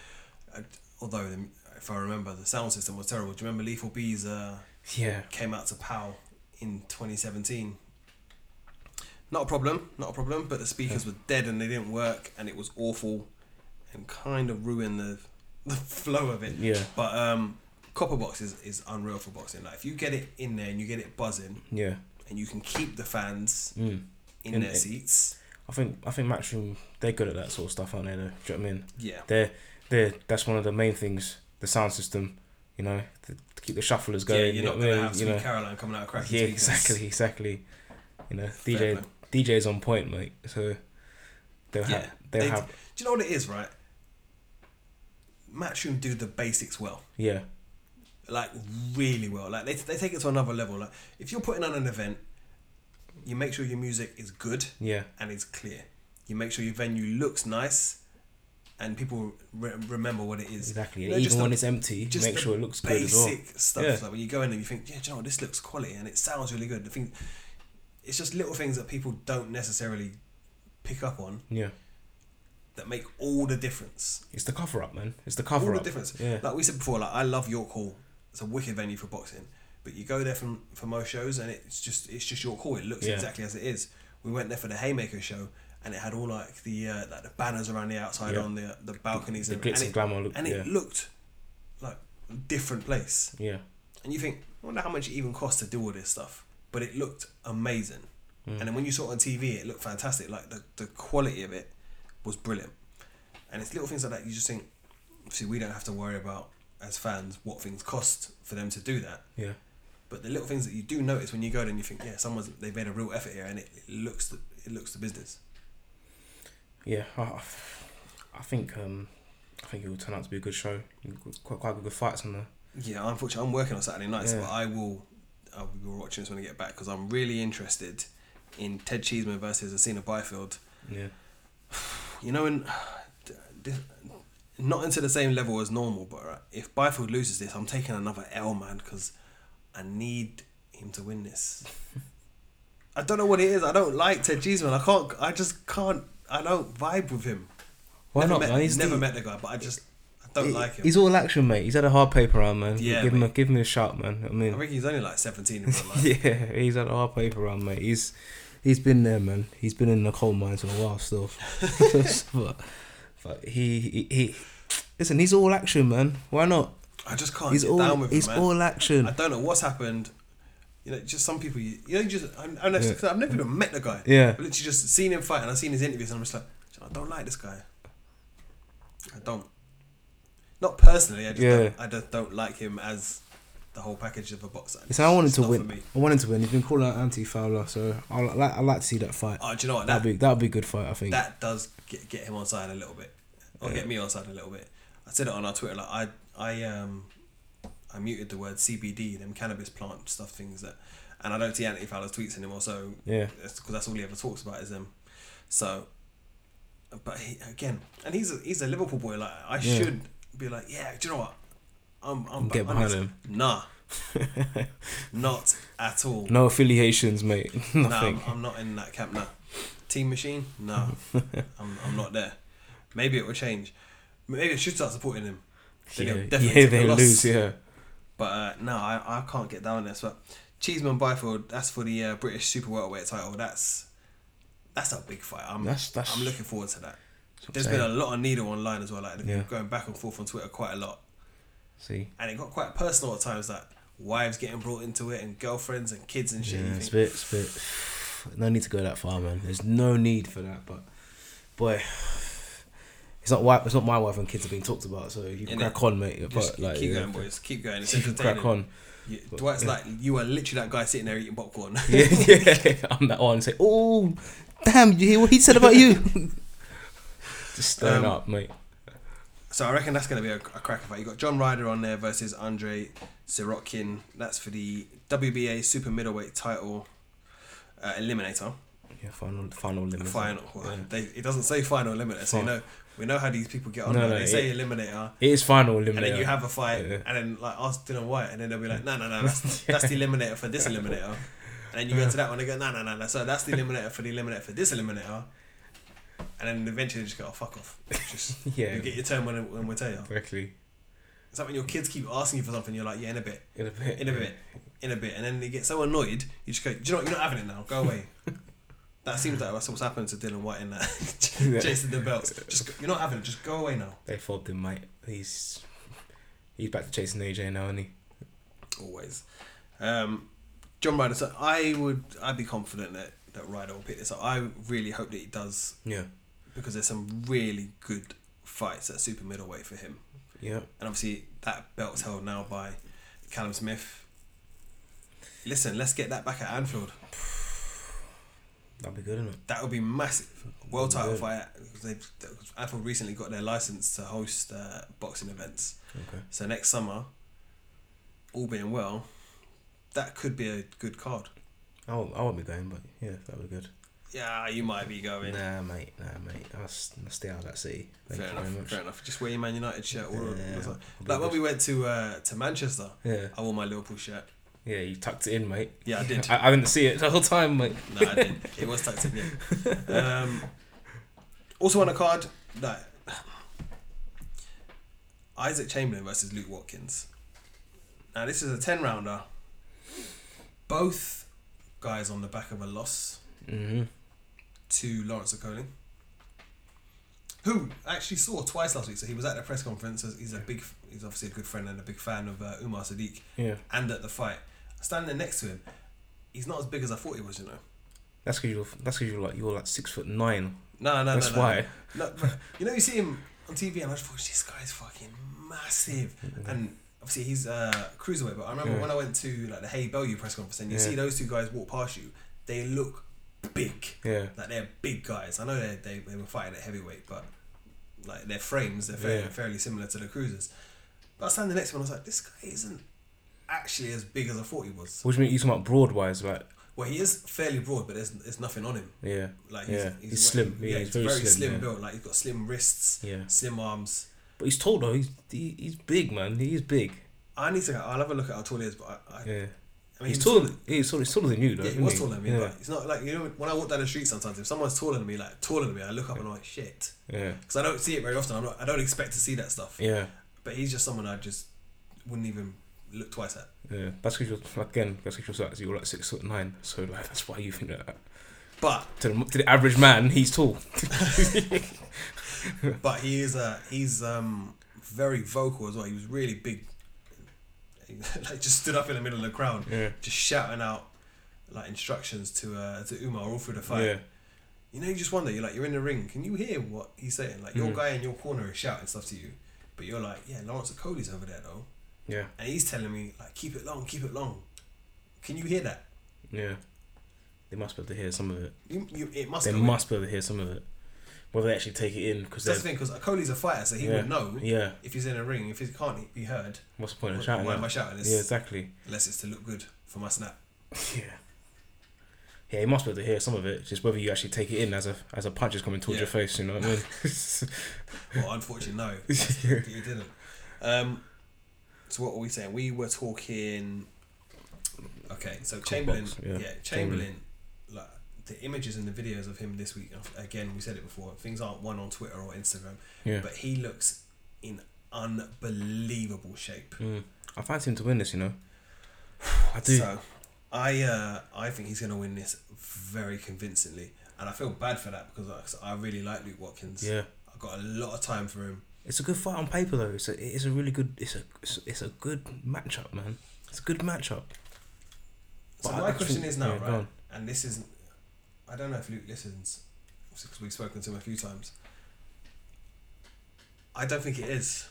S3: Uh, although, the, if I remember, the sound system was terrible. Do you remember Lethal B's? Uh,
S4: Yeah.
S3: came out to POW in 2017. Not a problem, not a problem, but the speakers were dead and they didn't work and it was awful and kind of ruined the, the flow of it.
S4: Yeah.
S3: But um, Copper Box is, is unreal for boxing. Like, if you get it in there and you get it buzzing
S4: Yeah.
S3: and you can keep the fans
S4: Mm.
S3: in,
S4: In
S3: their
S4: it.
S3: seats,
S4: I think I think Matchroom they're good at that sort of stuff, aren't they? Though? Do you know what I mean?
S3: yeah.
S4: They're they're that's one of the main things. The sound system, you know, to, to keep the shufflers going.
S3: yeah, you're not
S4: you know
S3: going to
S4: what I mean?
S3: have
S4: You
S3: Sweet
S4: know.
S3: Caroline coming out of cracking
S4: Yeah,
S3: speakers.
S4: exactly, exactly. You know,
S3: Fair
S4: DJ
S3: play.
S4: DJ's on point, mate. So
S3: Yeah,
S4: they'll have they'll
S3: they-
S4: have
S3: Do you know what it is, right? Matchroom do the basics well.
S4: yeah
S3: like really well. Like they, they take it to another level. Like if you're putting on an event, you make sure your music is good
S4: yeah
S3: and it's clear. You make sure your venue looks nice, and people re- remember what it is.
S4: exactly.
S3: You
S4: And
S3: know,
S4: even
S3: just
S4: when
S3: the-
S4: it's empty,
S3: just
S4: make
S3: the
S4: sure it looks good as well.
S3: basic stuff.
S4: Yeah.
S3: Like when you go in and you think, yeah, do you know what, this looks quality and it sounds really good. The thing, it's just little things that people don't necessarily pick up on
S4: Yeah,
S3: that make all the difference.
S4: it's the cover up, man. It's the cover
S3: all
S4: up.
S3: the difference.
S4: Yeah,
S3: Like we said before, like I love York Hall. It's a wicked venue for boxing, but you go there from for most shows and it's just it's just York Hall. It looks
S4: Yeah.
S3: exactly as it is. We went there for the Haymaker show and it had all like the uh, like the banners around the outside
S4: Yeah.
S3: on the the balconies
S4: the
S3: and,
S4: glitz
S3: and
S4: and
S3: it,
S4: glamour look.
S3: and
S4: yeah,
S3: it looked like a different place.
S4: yeah,
S3: And you think, I wonder how much it even costs to do all this stuff. But it looked amazing. And then when you saw it on TV, it looked fantastic. Like the, the quality of it was brilliant. And it's little things like that. You just think, see, we don't have to worry about, as fans, what things cost for them to do that.
S4: yeah,
S3: But the little things that you do notice when you go there and you think, yeah, someone's, they've made a real effort here and it, it looks the, it looks the business.
S4: yeah. I, I I think um, I think it will turn out to be a good show. Quite quite good fights on there.
S3: Yeah, unfortunately, I'm working on Saturday nights,
S4: Yeah.
S3: but I will. I'll be watching this when I get back because I'm really interested in Ted Cheeseman versus Asina Byfield.
S4: Yeah,
S3: You know, and this, not into the same level as normal, but right, if Byfield loses this, I'm taking another L, man, because I need him to win this. I don't know what it is. I don't like Ted Cheeseman. I can't. I just can't. I don't vibe with him.
S4: why
S3: never
S4: not?
S3: Met,
S4: man? He's
S3: never
S4: the-
S3: met the guy, but I just I don't
S4: he-
S3: like him.
S4: He's all action, mate. He's had a hard paper round, man.
S3: Yeah,
S4: give him a
S3: mate.
S4: give him a shout, man. I mean,
S3: I think he's only like 17 in real life.
S4: yeah, he's had a hard paper round, mate. He's he's been there, man. He's been in the coal mines for a while still. but, but he, he he listen, he's all action, man. Why not?
S3: I just can't
S4: He's
S3: get down
S4: all
S3: with
S4: he's
S3: him, man.
S4: all action.
S3: I don't know what's happened. You know, just some people. You, you know, you just I, I never,
S4: Yeah.
S3: 'cause I've never even met the guy.
S4: Yeah.
S3: I've literally just seen him fight and I've seen his interviews and I'm just like, "Do you know, I don't like this guy. I don't. Not personally. I just,
S4: Yeah.
S3: don't, I just don't like him as the whole package of a boxer.
S4: Listen, I wanted
S3: It's
S4: to
S3: not for
S4: win. I wanted to win. He's been calling out Anti Fowler, so I like I like to see that fight.
S3: Oh, do you know what? That
S4: That'd be that'd be a good fight, I think.
S3: that does get, get him on side a little bit, or get me on side a little bit. I said it on our Twitter. Like I, I um, I muted the word CBD, them cannabis plant stuff things that, and I don't see Anthony Fowler's tweets anymore. So
S4: Yeah.
S3: because that's all he ever talks about is them. So, but he again, and he's a, he's a Liverpool boy. Like I
S4: Yeah.
S3: should be like, yeah, do you know what? I'm I'm I'm
S4: Get behind
S3: this."
S4: him.
S3: Nah, not at all.
S4: No affiliations, mate.
S3: No, I'm,
S4: Nothing.
S3: I'm not in that camp now. Team Machine? No, I'm, I'm not there. Maybe it will change. Maybe I should start supporting him. Then
S4: yeah,
S3: he'll definitely
S4: yeah,
S3: take a
S4: they
S3: loss.
S4: lose. Yeah,
S3: But uh, no, I, I can't get down this. But Cheeseman Byfield, that's for the uh, British Super Welterweight title. That's that's a big fight. I'm
S4: That's- that's-
S3: I'm looking forward to that.
S4: That's what I'm
S3: There's been a
S4: saying.
S3: lot of needle online as well. Like
S4: Yeah.
S3: going back and forth on Twitter quite a lot,
S4: see,
S3: and it got quite personal at times. Like wives getting brought into it, and girlfriends and kids and shit.
S4: yeah,
S3: You
S4: it's a
S3: think,
S4: bit, it's a bit. no need to go that far, man. There's no need for that. But boy, it's not why it's not my wife and kids are being talked about. So you
S3: Innit?
S4: crack on, mate.
S3: Just
S4: but, like,
S3: keep
S4: yeah,
S3: going, boys. Keep going. It's
S4: You can crack
S3: entertaining.
S4: on.
S3: You, Dwight's like you are literally that guy sitting there eating popcorn.
S4: yeah, yeah. I'm that one. Say, oh, damn! You hear what he said about you? Just stirring
S3: Um,
S4: up, mate.
S3: So I reckon that's going to be a, a cracker fight. You got John Ryder on there versus Andre Sirotkin. That's for the WBA super middleweight title uh, eliminator
S4: Yeah, final, final limit.
S3: final. Well, They, it doesn't say final eliminator, so you
S4: Fine.
S3: know we know how these people get on.
S4: No,
S3: now.
S4: no,
S3: they
S4: it-
S3: say eliminator,
S4: It is final limit.
S3: and then you have a fight,
S4: Yeah.
S3: and then like ask Dylan White, and then they'll be like, no, no, no, that's, that's the eliminator for this eliminator. And then you go to that one, they go, no, no, no, no. So that's the eliminator for the eliminator for this eliminator. And then eventually they just go, oh, fuck off. Just,
S4: Yeah.
S3: You get your turn when, when we tell you.
S4: Exactly.
S3: It's like when your kids keep asking you for something, you're like, yeah, in a bit,
S4: In a bit.
S3: in a bit, in a bit, and then they get so annoyed, you just go, do you know what? You're not having it now. Go away. that seems like that's what's happened to Dylan White in that
S4: Yeah.
S3: chasing the belts. Just go, you're not having it. Just go away now.
S4: They fobbed him, mate. He's he's back to chasing AJ now, isn't he?
S3: Always. Um, John Ryder. So I would, I'd be confident that that Ryder will pick this up. I really hope that he does
S4: Yeah.
S3: because there's some really good fights at super middleweight for him.
S4: Yeah.
S3: and obviously that belt's held now by Callum Smith. Listen, let's get that back at Anfield.
S4: That'd be good, innit?
S3: That would be massive. World title
S4: Yeah.
S3: fight. They, Anfield recently got their license to host uh, boxing events.
S4: Okay.
S3: So next summer, all being well, that could be a good card.
S4: I won't, I won't be going, but yeah, that'd be good.
S3: Yeah, you might be going.
S4: Nah, mate. Nah, mate. I'll, s- I'll stay out of that city. Thank
S3: Fair
S4: you very
S3: enough.
S4: much.
S3: Fair enough. Just wear your Man United shirt all the- all
S4: Yeah,
S3: the time.
S4: I'll be
S3: Like when
S4: good.
S3: we went to uh, to Manchester,
S4: Yeah.
S3: I wore my Liverpool shirt.
S4: Yeah, you tucked it in, mate.
S3: Yeah, I did.
S4: I, I didn't see it the whole time, mate.
S3: no, I didn't. It was tucked in. Yeah. Um, also on the card, that Isaac Chamberlain versus Luke Watkins. Now this is a ten rounder. Both guys on the back of a loss
S4: Mm-hmm.
S3: to Lawrence Okoling, who actually saw twice last week. So he was at the press conference. He's a big, he's obviously a good friend and a big fan of uh, Umar Sadiq,
S4: Yeah.
S3: and at the fight, standing next to him, he's not as big as I thought he was. You know.
S4: That's because you're. That's because you're like you're like six foot nine.
S3: No, no,
S4: that's
S3: no, no.
S4: why.
S3: No, but you know, you see him on TV, and I just thought this guy's fucking massive. And obviously, he's uh, cruiserweight. But I remember
S4: Mm-hmm. Yeah.
S3: when I went to like the Hey Bellew press conference, and you
S4: Yeah.
S3: see those two guys walk past you, they look big.
S4: Yeah.
S3: Like they're big guys. I know they they they were fighting at heavyweight, but like their frames, they're fairly,
S4: Yeah.
S3: fairly similar to the cruisers. But I stand the next one, I was like, this guy isn't actually as big as I thought he was.
S4: What do you mean? You talking about broad wise, like
S3: Well, he is fairly broad, but there's there's nothing on him.
S4: yeah,
S3: Like he's,
S4: yeah.
S3: he's,
S4: He's, slim.
S3: Yeah, he's, very, slim,
S4: yeah.
S3: built. Like he's got slim wrists,
S4: Yeah.
S3: slim arms.
S4: But he's tall though. He's he, he's big, man. He is big.
S3: I need to. I'll have a look at how tall he is, but I, I,
S4: Yeah.
S3: I mean,
S4: He's
S3: he was
S4: taller. than- He's taller. He's taller than you, though.
S3: Yeah, he
S4: isn't
S3: was taller than me,
S4: Yeah.
S3: but it's not like you know when I walk down the street sometimes if someone's taller than me, like taller than me, I look up and I'm like shit
S4: yeah.
S3: because I don't see it very often. I'm not. I don't expect to see that stuff.
S4: Yeah.
S3: But he's just someone I just wouldn't even look twice at.
S4: Yeah. That's because you're again. That's because you're, like- you're like six foot nine. So like that's why you think that.
S3: But
S4: To the, to the average man, he's tall.
S3: but he is uh he's um very vocal as well. He was really big. He, like just stood up in the middle of the crowd,
S4: Yeah.
S3: just shouting out like instructions to uh to Umar all through the fight.
S4: Yeah.
S3: You know, you just wonder. You're like, you're in the ring. Can you hear what he's saying? Like
S4: Mm.
S3: your guy in your corner is shouting stuff to you, but you're like, yeah, Lawrence Cody's over there though,
S4: Yeah.
S3: and he's telling me like, keep it long, keep it long. Can you hear that?
S4: Yeah. They must be able to hear some of it.
S3: You, you it must.
S4: They
S3: go in.
S4: must be able to hear some of it. Whether they actually take it in, because
S3: That's the thing, because Cody's a fighter, so he
S4: yeah.
S3: would know
S4: Yeah.
S3: if he's in a ring. If he can't be heard,
S4: What's the point of
S3: why
S4: shouting?
S3: am
S4: out?
S3: I shouting this?
S4: Yeah, exactly.
S3: unless it's to look good for my snap.
S4: Yeah. Yeah, you must be able to hear some of it. Just whether you actually take it in as a as a punch is coming towards
S3: Yeah.
S4: your face. You know what I mean?
S3: Well, unfortunately, no, you didn't. Um, so what were we saying? We were talking. Okay, so Chamberlain,
S4: box,
S3: yeah,
S4: yeah.
S3: Chamberlain,
S4: Chamberlain.
S3: like the images and the videos of him this week. Again, we said it before. Things aren't one on Twitter or Instagram,
S4: Yeah.
S3: but he looks in unbelievable shape.
S4: Mm. I fancy him to win this. You know. I do.
S3: So, I uh, I think he's going to win this very convincingly, and I feel bad for that because like, I really like Luke Watkins.
S4: yeah.
S3: I've got a lot of time for him.
S4: It's a good fight on paper though. It's a it's a really good it's a it's a- it's a good matchup, man. It's a good matchup.
S3: So
S4: But I
S3: my
S4: actually-
S3: question is now,
S4: yeah, go
S3: right?
S4: on.
S3: And this is I don't know if Luke listens, because we've spoken to him a few times. I don't think it is.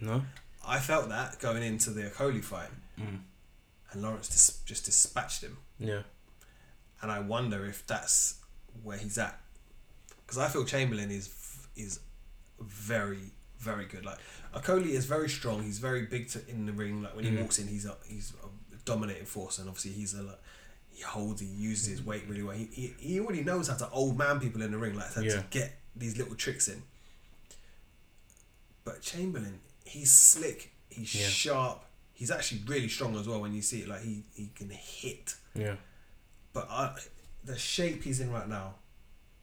S4: No.
S3: I felt that going into the Okoli fight,
S4: Mm.
S3: and Lawrence dis- just dispatched him.
S4: Yeah.
S3: and I wonder if that's where he's at. Because I feel Chamberlain is is very very good. Like Okoli is very strong. He's very big to, in the ring. Like when he
S4: Mm.
S3: walks in, he's a, he's a dominating force, and obviously he's a like, he holds, he uses his weight really well. He, he he already knows how to old man people in the ring, like how
S4: Yeah.
S3: to get these little tricks in. But Chamberlain, he's slick. He's
S4: Yeah.
S3: sharp. He's actually really strong as well. When you see it, like he he can hit.
S4: Yeah.
S3: But I, the shape he's in right now,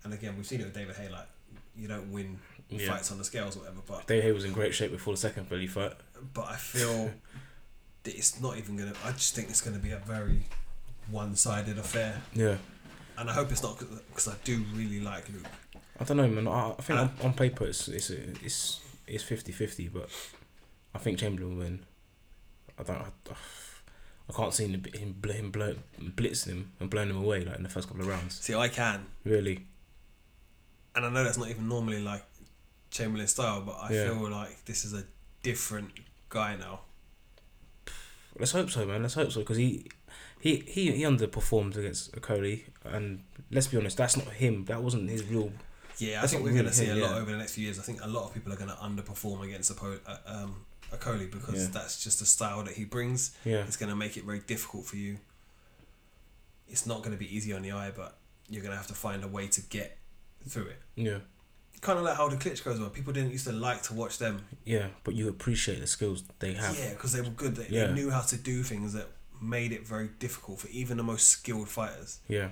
S3: and again, we've seen it with David Hay, like, you don't win
S4: Yeah.
S3: fights on the scales or whatever, but,
S4: David Hay was in great shape before the second Billy fight.
S3: but I feel that it's not even going to, I just think it's going to be a very one sided affair.
S4: Yeah.
S3: And I hope it's not because I do really like Luke.
S4: I don't know, man. I, I think on, on paper it's it's it's it's 50-50, but I think Chamberlain will win. I don't. I, I can't see him him, bl- him blow, blitzing him and blowing him away like in the first couple of rounds.
S3: See, I can.
S4: Really.
S3: And I know that's not even normally like Chamberlain style, but I
S4: Yeah.
S3: feel like this is a different guy now.
S4: Let's hope so, man. Let's hope so because he. He, he, he underperformed against Okoli, and let's be honest, that's not him. That wasn't his real.
S3: Yeah, I
S4: That's
S3: think
S4: what
S3: we're going
S4: really
S3: to see a
S4: him,
S3: lot
S4: yeah.
S3: over the next few years. I think a lot of people are going to underperform against Apo- uh, um, Okoli because
S4: Yeah.
S3: that's just the style that he brings.
S4: Yeah,
S3: It's going to make it very difficult for you. It's not going to be easy on the eye, but you're going to have to find a way to get through it.
S4: yeah,
S3: Kind of like how the Klitschko's were. People didn't used to like to watch them.
S4: yeah. But you appreciate the skills they
S3: Yeah,
S4: have.
S3: 'cause Yeah, because they were good. They,
S4: Yeah.
S3: they knew how to do things that made it very difficult for even the most skilled fighters.
S4: yeah.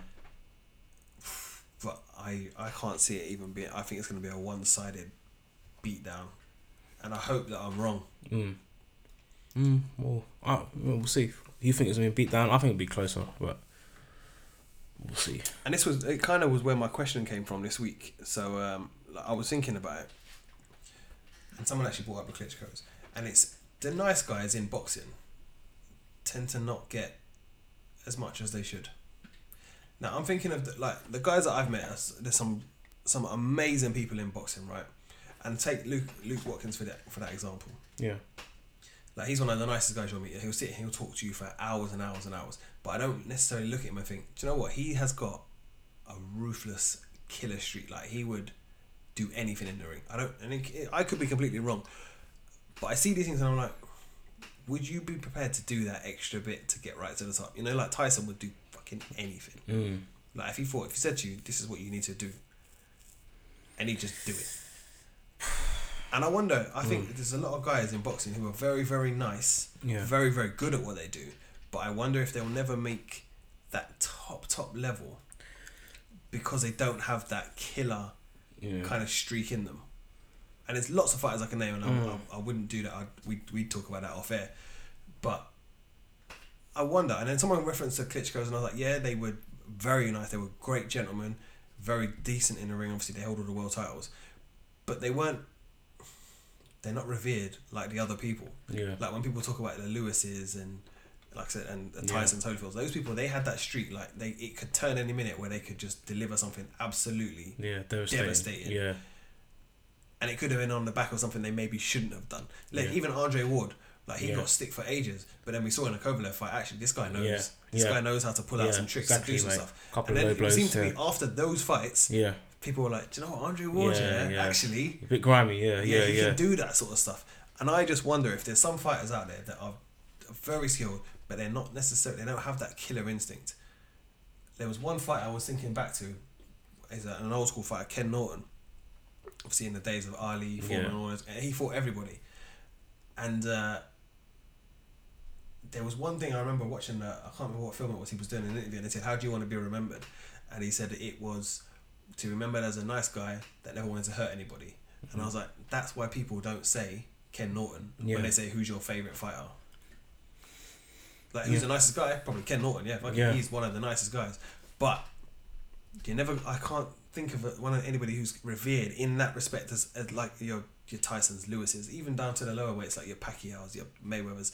S3: but I I can't see it even being. I think it's going to be a one sided beatdown, and I hope that I'm wrong.
S4: Mm. Mm, well, I, well, we'll see. You think it's going to be beat down? I think it'll be closer, but we'll see.
S3: And this was it. Kind of was where my question came from this week. So um, like, I was thinking about it, and someone actually brought up the Klitschko's, and it's the nice guys in boxing tend to not get as much as they should. Now I'm thinking of the, like the guys that I've met. as- There's some some amazing people in boxing, right? And take Luke Luke Watkins for that for that example.
S4: Yeah,
S3: Like he's one of the nicest guys you'll meet. He'll sit here, he'll talk to you for hours and hours and hours. But I don't necessarily look at him and think, do you know what? He has got a ruthless killer streak. Like he would do anything in the ring. I don't. And it, I could be completely wrong, but I see these things and I'm like, would you be prepared to do that extra bit to get right to the top? You know, like Tyson would do fucking anything.
S4: mm.
S3: Like if he thought, if he said to you, this is what you need to do, and he just do it. And I wonder, I think there's a lot of guys in boxing who are very, very nice,
S4: Mm. yeah,
S3: very, very good at what they do, but I wonder if they'll never make that top, top level because they don't have that killer
S4: yeah.
S3: kind of streak in them. And there's lots of fighters I can name, and I,
S4: Mm.
S3: I, I wouldn't do that. I'd, we'd, we'd talk about that off air. But I wonder. And then someone referenced the Klitschko's, and I was like, yeah, they were very nice. They were great gentlemen, very decent in the ring. Obviously, they held all the world titles. But they weren't, they're not revered like the other people.
S4: yeah,
S3: Like when people talk about the Lewises and like I said, and the
S4: Yeah.
S3: Tyson's Holyfields, those people they had that streak like they it could turn any minute where they could just deliver something absolutely,
S4: yeah. Devastating.
S3: Devastating.
S4: Yeah,
S3: and it could have been on the back of something they maybe shouldn't have done. Like
S4: Yeah.
S3: even Andre Ward, like he
S4: Yeah.
S3: got stick for ages, but then we saw in a Kovalev fight, actually this guy knows.
S4: Yeah.
S3: This
S4: Yeah.
S3: guy knows how to pull out
S4: Yeah,
S3: some tricks
S4: exactly,
S3: to do some
S4: mate.
S3: stuff.
S4: couple
S3: And then
S4: of low
S3: it seemed
S4: blows.
S3: to
S4: Yeah.
S3: be after those fights,
S4: yeah,
S3: people were like, "Do you know what Andre Ward?
S4: Yeah,
S3: Yeah,
S4: yeah.
S3: actually,
S4: a bit grimy. Yeah,
S3: yeah,
S4: yeah,
S3: he
S4: yeah.
S3: can do that sort of stuff. And I just wonder if there's some fighters out there that are very skilled, but they're not necessarily they don't have that killer instinct. There was one fight I was thinking back to, is a- an old school fighter, Ken Norton. Obviously, in the days of Ali, Foreman,
S4: Yeah.
S3: and all those, and he fought everybody. And uh, there was one thing I remember watching. Uh, I can't remember what film it was. He was doing an interview, and they said, "How do you want to be remembered?" And he said it was to remember as a nice guy that never wanted to hurt anybody. And I was like, that's why people don't say Ken Norton
S4: Yeah.
S3: when they say who's your favorite fighter. Like who's the nicest guy? Probably Ken Norton. Yeah, fucking
S4: Yeah.
S3: he's one of the nicest guys. But you never. I can't think of one of anybody who's revered in that respect as, as like your your Tyson's, Lewis's, even down to the lower weights like your Pacquiao's, your Mayweather's.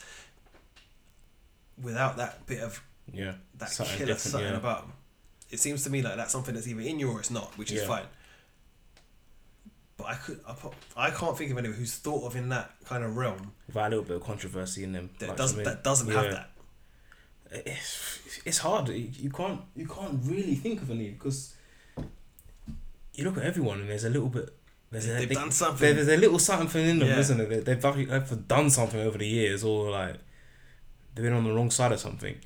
S3: Without that bit of
S4: yeah.
S3: that
S4: Something
S3: killer
S4: different,
S3: something
S4: yeah.
S3: about 'em. it seems to me like that's something that's either in you or it's not, which is
S4: Yeah.
S3: fine. But I could, I, pro- I can't think of anyone who's thought of in that kind of realm
S4: Without a little bit of controversy in them.
S3: that
S4: like,
S3: doesn't
S4: something-
S3: that doesn't
S4: Yeah.
S3: have that.
S4: it's, it's hard. You you can't you can't really think of any because you look at everyone and there's a little bit. There's a,
S3: They've
S4: they-
S3: done something.
S4: there- there's a little something in them,
S3: Yeah.
S4: isn't it? They, they've actually- they've done something over the years, or like they've been on the wrong side of something.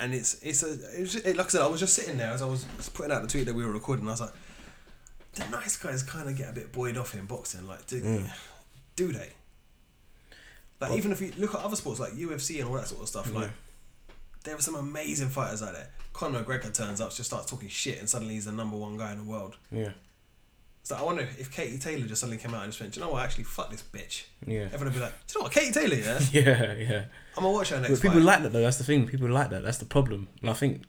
S3: and it's it's a it's just, it, like I said, I was just sitting there as I was putting out the tweet that we were recording. I was like, the nice guys kind of get a bit buoyed off in boxing, like do do they? Like even if you look at other sports like UFC and all that sort of stuff, like there are some amazing fighters out there. Conor McGregor turns up, just starts talking shit, and suddenly he's the number one guy in the world.
S4: Yeah,
S3: So I wonder if Katie Taylor just suddenly came out and just went, "Do you know what? Actually, fuck this bitch."
S4: yeah,
S3: Everyone would be like, "Do you know what? Katie Taylor, yeah,
S4: yeah, yeah.
S3: I'm gonna watch her next."
S4: But people
S3: fight."
S4: like that though. That's the thing. People like that. That's the problem. And I think,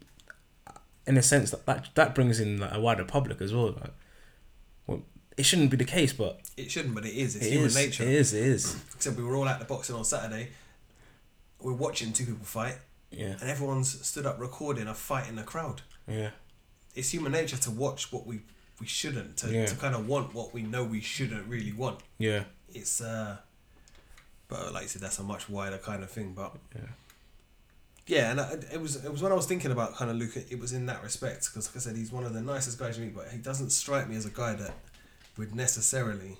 S4: in a sense, that that, that brings in like, a wider public as well. Like, well, it shouldn't be the case, but
S3: it shouldn't, but it is. It's
S4: it
S3: human
S4: is.
S3: nature.
S4: It is. It is.
S3: Except we were all at the boxing on Saturday. We're watching two people fight,
S4: Yeah.
S3: and everyone's stood up recording a fight in the crowd.
S4: Yeah.
S3: It's human nature to watch what we we shouldn't, to,
S4: Yeah.
S3: to kind of want what we know we shouldn't really want.
S4: Yeah.
S3: It's uh, but like I said, that's a much wider kind of thing. But
S4: Yeah.
S3: yeah, and I, it was it was when I was thinking about kind of Luca. It was in that respect because, like I said, he's one of the nicest guys you meet, but he doesn't strike me as a guy that would necessarily,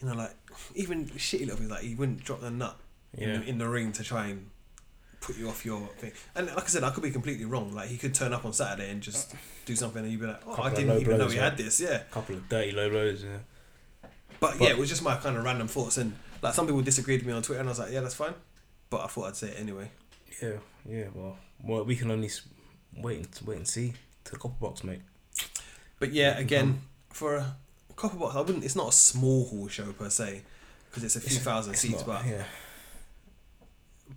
S3: you know, like even shitty little things like he wouldn't drop the nut in,
S4: Yeah.
S3: the, in the ring to try and put you off your thing. And like I said, I could be completely wrong. Like he could turn up on Saturday and just do something, and you'd be like, "Oh,
S4: Uh, Couple
S3: I
S4: of
S3: didn't
S4: low
S3: even know
S4: blows,
S3: he
S4: yeah.
S3: had this." Yeah.
S4: couple of dirty low blows. Yeah.
S3: But,
S4: But-
S3: yeah, it was just my kind of random thoughts, and like some people disagreed with me on Twitter, and I was like, yeah, that's fine. But I thought I'd say it anyway.
S4: Yeah. Yeah. Well, well, we can only s- wait and wait and see to the copper box, mate.
S3: But yeah, again, for a copper box, I wouldn't. It's not a small hall show per se, because it's a few thousand
S4: It's
S3: seats,
S4: not-
S3: but
S4: yeah.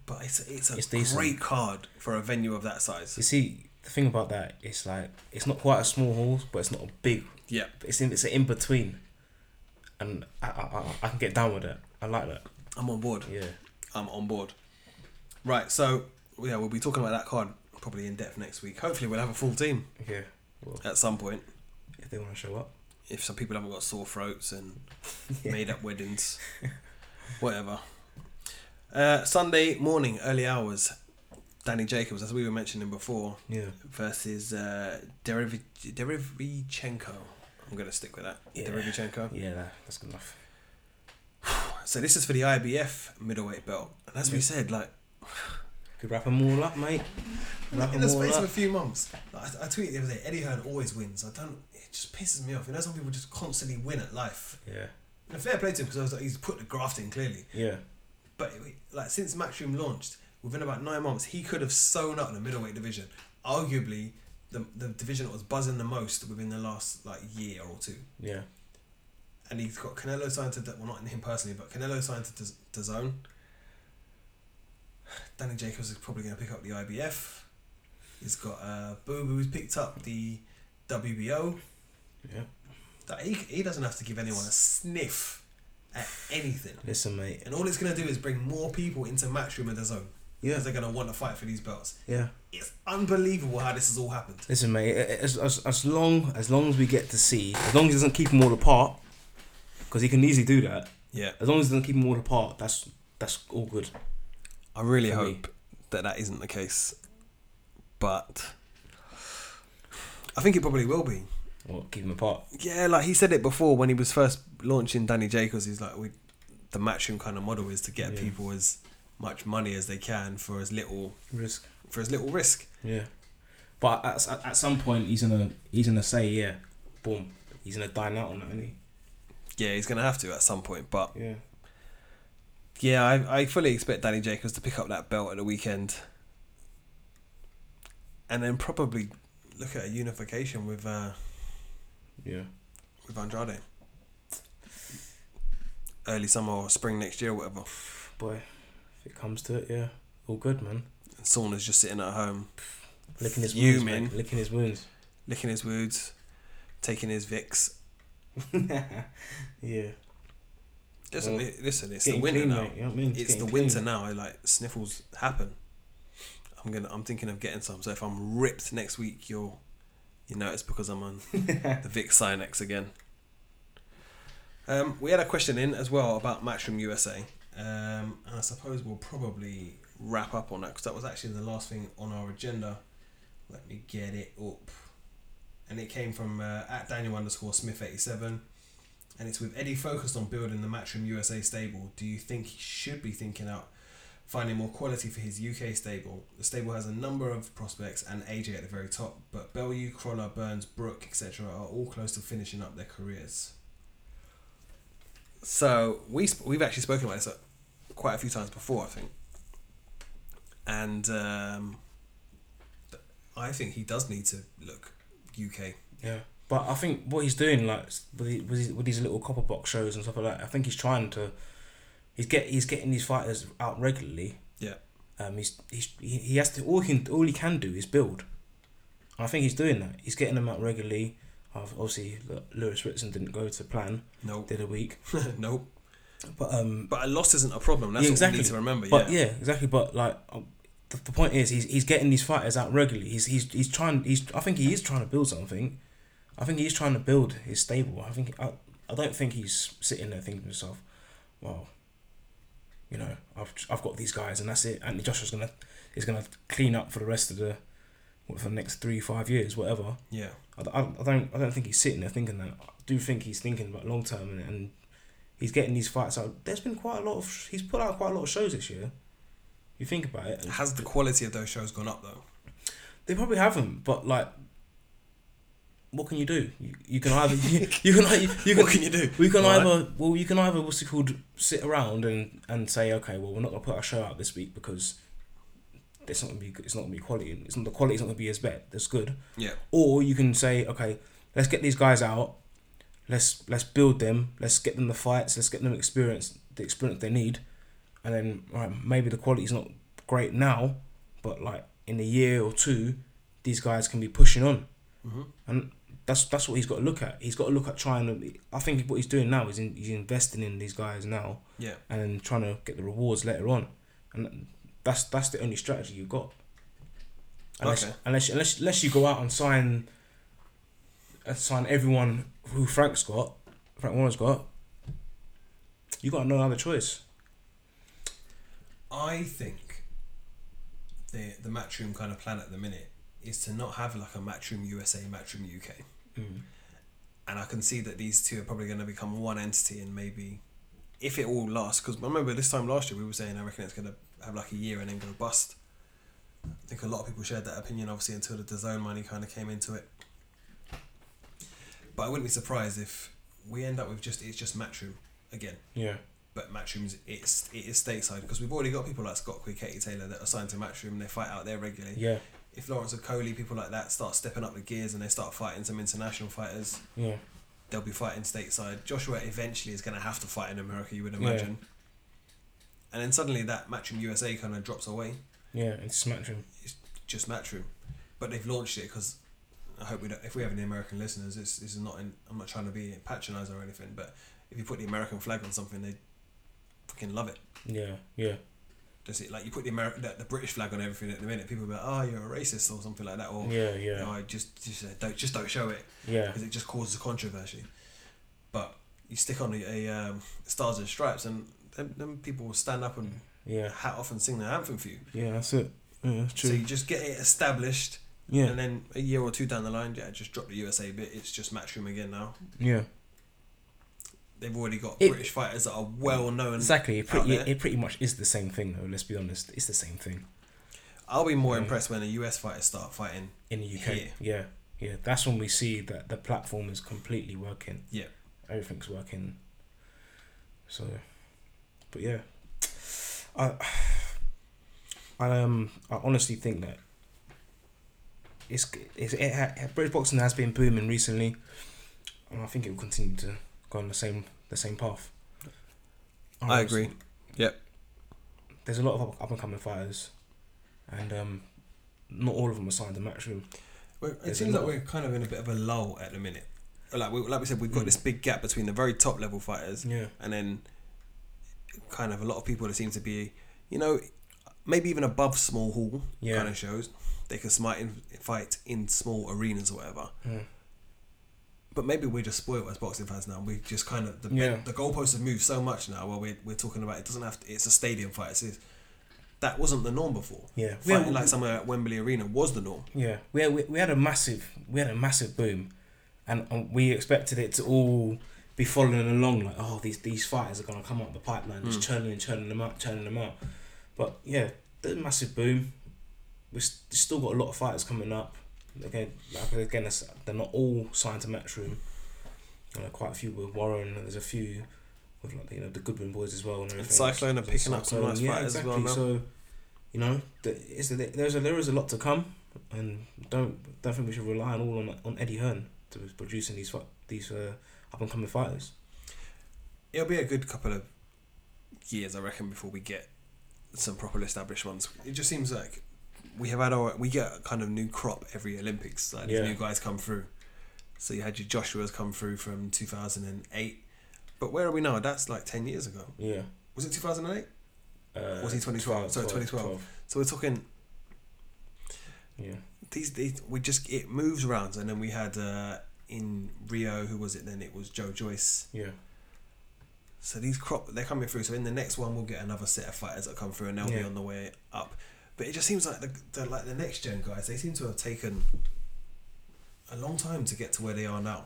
S3: but it's it's a
S4: It's decent.
S3: great card for a venue of that size.
S4: You see, the thing about that, it's like it's not quite a small hall, but it's not a big.
S3: yeah,
S4: It's in. It's an in between, and I, I I- I can get down with that. I like that.
S3: I'm on board.
S4: Yeah.
S3: I'm on board. Right, so yeah, we'll be talking about that card probably in depth next week. Hopefully, we'll have a full team
S4: Yeah. Well,
S3: at some point.
S4: if they want to show up.
S3: if some people haven't got sore throats and made up weddings, whatever. Uh, Sunday morning, early hours. Danny Jacobs, as we were mentioning before,
S4: Yeah.
S3: versus uh, Deriv- Derivichenko. I'm going to stick with that.
S4: Yeah.
S3: Derivichenko.
S4: Yeah. Nah, that's good enough.
S3: So this is for the IBF middleweight belt, and as we said, like
S4: Could wrap them all up, mate. Wrap
S3: in
S4: them
S3: the
S4: all
S3: space of a
S4: up.
S3: few months, like, I, I tweeted the other day, Eddie Hearn always wins. I don't. It just pisses me off. You know, some people just constantly win at life.
S4: Yeah.
S3: And fair play to him because I was like, he's put the graft in clearly.
S4: Yeah.
S3: But it- like since Matchroom launched, within about nine months, he could have sewn up the middleweight division. Arguably, the the division that was buzzing the most within the last like year or two.
S4: Yeah.
S3: And he's got Canelo signed to well not him personally, but Canelo signed to the zone. Danny Jacobs is probably going to pick up the IBF. He's got uh, Boo Boo's picked up the WBO.
S4: Yeah.
S3: That he, he doesn't have to give anyone a sniff at anything.
S4: Listen, mate.
S3: And all it's going to do is bring more people into Matchroom and the zone. Because they're going to want to fight for these belts.
S4: Yeah.
S3: It's unbelievable how this has all happened.
S4: Listen, mate. As, as, as long as long as we get to see, as long as he doesn't keep them all apart, because he can easily do that.
S3: Yeah.
S4: As long as he doesn't keep them all apart, that's that's all good.
S3: I really
S4: For me.
S3: hope that that isn't the case. But I think it probably will be.
S4: Well, keep them apart.
S3: Yeah, like he said it before when he was first launching Danny Jacobs. He's like, we, the Matchroom kind of model is to get
S4: Yeah.
S3: people as much money as they can for as little
S4: Risk.
S3: for as little risk.
S4: Yeah.
S5: But at, at, at some point, he's gonna he's gonna say, yeah,
S4: Boom. He's gonna dine out on that, isn't he?
S3: Yeah, he's gonna have to at some point. But
S4: Yeah.
S3: Yeah, I, I fully expect Danny Jacobs to pick up that belt at the weekend. And then probably look at a unification with uh,
S4: Yeah.
S3: with Andrade. Early summer or spring next year, whatever.
S4: Boy, if it comes to it, yeah, all good, man.
S3: And Sauna's just sitting at home,
S4: Licking his
S3: You,
S4: wounds,
S3: man.
S4: mate. Licking his wounds.
S3: licking his wounds, taking his Vicks.
S4: yeah.
S3: Listen,
S4: Well,
S3: li- listen, it's the
S4: Getting
S3: winter
S4: clean,
S3: now.
S4: mate, You know what I mean?
S3: It's
S4: Getting
S3: the
S4: clean.
S3: winter now. Like sniffles happen. I'm gonna I'm thinking of getting some. So if I'm ripped next week, you'll you know it's because I'm on the Vic Sinex again. Um, we had a question in as well about Matchroom USA, um, and I suppose we'll probably wrap up on that because that was actually the last thing on our agenda. Let me get it up, and it came from uh, at Daniel underscore Smith eighty seven, and it's with Eddie focused on building the Matchroom USA stable. Do you think he should be thinking out finding more quality for his UK stable. The stable has a number of prospects and AJ at the very top, but Bellew, Crawler, Burns, Brook, etc. are all close to finishing up their careers. So we sp- we've actually spoken about this uh, quite a few times before, I think, and um, th- I think he does need to look UK.
S4: Yeah. But I think what he's doing, like s- with, the- with, his, with these little copper box shows and stuff like that, I think he's trying to, he's get he's getting these fighters out regularly.
S3: Yeah.
S4: Um, he's, he's he, he has to all he can all he can do is build. And I think he's doing that. He's getting them out regularly. Ob- Obviously, look, Lewis Ritson didn't go to plan.
S3: Nope,
S4: Did a week,
S3: nope.
S4: but um,
S3: But a loss isn't a problem. That's what
S4: Yeah,
S3: we
S4: exactly.
S3: need to remember.
S4: but
S3: yeah.
S4: yeah, exactly. But like, um, the, the point is, he's, he's getting these fighters out regularly. He's he's he's trying. He's I think he is trying to build something. I think he's trying to build his stable. I think I, I don't think he's sitting there thinking to himself, well, you know, I've I've got these guys and that's it. Anthony Joshua's gonna is gonna clean up for the rest of the what, for the next three five years whatever.
S3: yeah.
S4: I, I, I don't I don't think he's sitting there thinking that. I do think he's thinking about long term and, and he's getting these fights out. There's been quite a lot of sh- he's put out quite a lot of shows this year. You think about it, and
S3: Has the quality of those shows gone up though?
S4: they probably haven't. But like, what can you do? You, you can either you, you can ei- you can
S3: What can you do?
S4: We can
S3: Right.
S4: either well you can either what's it called sit around and and say okay well we're not gonna put our show out this week because it's not gonna be it's not gonna be quality it's not the quality's not gonna be as bad as good
S3: Yeah.
S4: or you can say okay let's get these guys out let's let's build them let's get them the fights let's get them experience the experience they need and then right, maybe the quality's not great now but like in a year or two these guys can be pushing on and that's that's what he's got to look at he's got to look at trying to i think what he's doing now is in, he's investing in these guys now
S3: Yeah.
S4: and then trying to get the rewards later on and that's that's the only strategy you've got unless
S3: Okay.
S4: unless unless unless you go out and sign uh, sign everyone who Frank's got, Frank Warren's got. You got no other choice.
S3: I think the the matchroom kind of plan at the minute is to not have like a matchroom USA, matchroom UK, and I can see that these two are probably going to become one entity and maybe if it all lasts. Because remember this time last year we were saying I reckon it's going to have like a year and then go bust. I think a lot of people shared that opinion obviously until the DAZN money kind of came into it. But I wouldn't be surprised if we end up with just it's just matchroom again
S4: Yeah.
S3: but Matchroom's it's it is stateside because we've already got people like Scott Quick, Katie Taylor that are signed to Matchroom. They fight out there regularly.
S4: Yeah.
S3: If Lawrence Okoli, people like that start stepping up the gears and they start fighting some international fighters,
S4: Yeah.
S3: they'll be fighting stateside. Joshua eventually is going to have to fight in America, you would
S4: Yeah.
S3: imagine. And then suddenly that Matchroom USA kind of drops away.
S4: Yeah. It's smattering.
S3: It's just Matchroom, but they've launched it because I hope we don't. If we have any American listeners, this this is not. In, I'm not trying to be patronising or anything, but if you put the American flag on something, they fucking love it.
S4: Yeah. Yeah.
S3: Does it like you put the American, the, the British flag on everything at the minute? People be like, "Oh, you're a racist" or something like that, or
S4: Yeah.
S3: you know,
S4: Yeah.
S3: I just just uh, don't just don't show it
S4: Yeah.
S3: because it just causes a controversy. But you stick on a, a um, stars and stripes, and them, them people will stand up and
S4: Yeah.
S3: hat off and sing their anthem for you.
S4: Yeah. That's it. Yeah. That's
S3: So
S4: true.
S3: you just get it established,
S4: Yeah.
S3: and then a year or two down the line, yeah, just drop the USA bit. It's just matchroom again now.
S4: Yeah.
S3: They've already got
S4: It-
S3: British fighters that are well known.
S4: Exactly. It
S3: out
S4: pretty,
S3: there.
S4: it pretty much is the same thing though. Let's be honest. It's the same thing
S3: I'll be more impressed when the US fighters start fighting.
S4: in the UK.
S3: Here.
S4: Yeah. Yeah. That's when we see that the platform is completely working.
S3: Yeah.
S4: everything's working. So, but yeah, I, I um, I honestly think that it's it's it, ha- British boxing has been booming recently, and I think it will continue to go on the same the same path.
S3: I agree. Yep.
S4: There's a lot of up and coming fighters, and um, not all of them are signed to Matchroom.
S3: We're, it
S4: There's
S3: seems
S4: a
S3: like
S4: lot
S3: we're kind of in a bit of a lull at the minute. Like we, like we said, we've got
S4: Mm.
S3: this big gap between the very top level fighters
S4: Yeah,
S3: and then kind of a lot of people that seem to be, you know, maybe even above small hall
S4: Yeah.
S3: kind of shows. They can smite in, fight in small arenas or whatever.
S4: Mm.
S3: But maybe we're just spoiled as boxing fans now. We just kind of the
S4: Yeah.
S3: the goalposts have moved so much now. Where we're, we're talking about it doesn't have to. It's a stadium fight. It's, it's- that wasn't the norm before.
S4: Yeah.
S3: fighting
S4: Yeah, we-
S3: like somewhere at Wembley Arena was the norm.
S4: Yeah, we had, we, we had a massive we had a massive boom, and, and we expected it to all be following along like oh these these fighters are gonna come up the pipeline just churning and churning them out churning them out, but yeah the massive boom, we s- still got a lot of fighters coming up. Again, like, again that's- they're not all signed to Matchroom. You know, quite a few with Warren. and There's a few with like you know the Goodwin boys as well and everything.
S3: Cyclone are
S4: So
S3: picking up some
S4: Cyclone,
S3: nice fighters as well now.
S4: So you know, th- it's, there's a, there is a lot to come, and don't don't think we should rely on all on, on Eddie Hearn to be producing these fi- these uh, up and coming fighters.
S3: It'll be a good couple of years, I reckon, before we get some proper established ones. It just seems like we have had our we get a kind of new crop every Olympics. Like these
S4: Yeah.
S3: new guys come through. So you had your Joshua's come through from two thousand and eight. But where are we now? That's like ten years ago.
S4: Yeah.
S3: Was it two thousand and eight?
S4: Uh,
S3: Was he 2012? Sorry, 2012. So we're talking
S4: Yeah.
S3: these, these we just it moves around and then we had uh in Rio, who was it then? It was Joe Joyce.
S4: Yeah.
S3: So these crop they're coming through. So in the next one, we'll get another set of fighters that come through, and they'll be
S4: Yeah.
S3: on the way up. But it just seems like the, the like the next gen guys, they seem to have taken a long time to get to where they are now.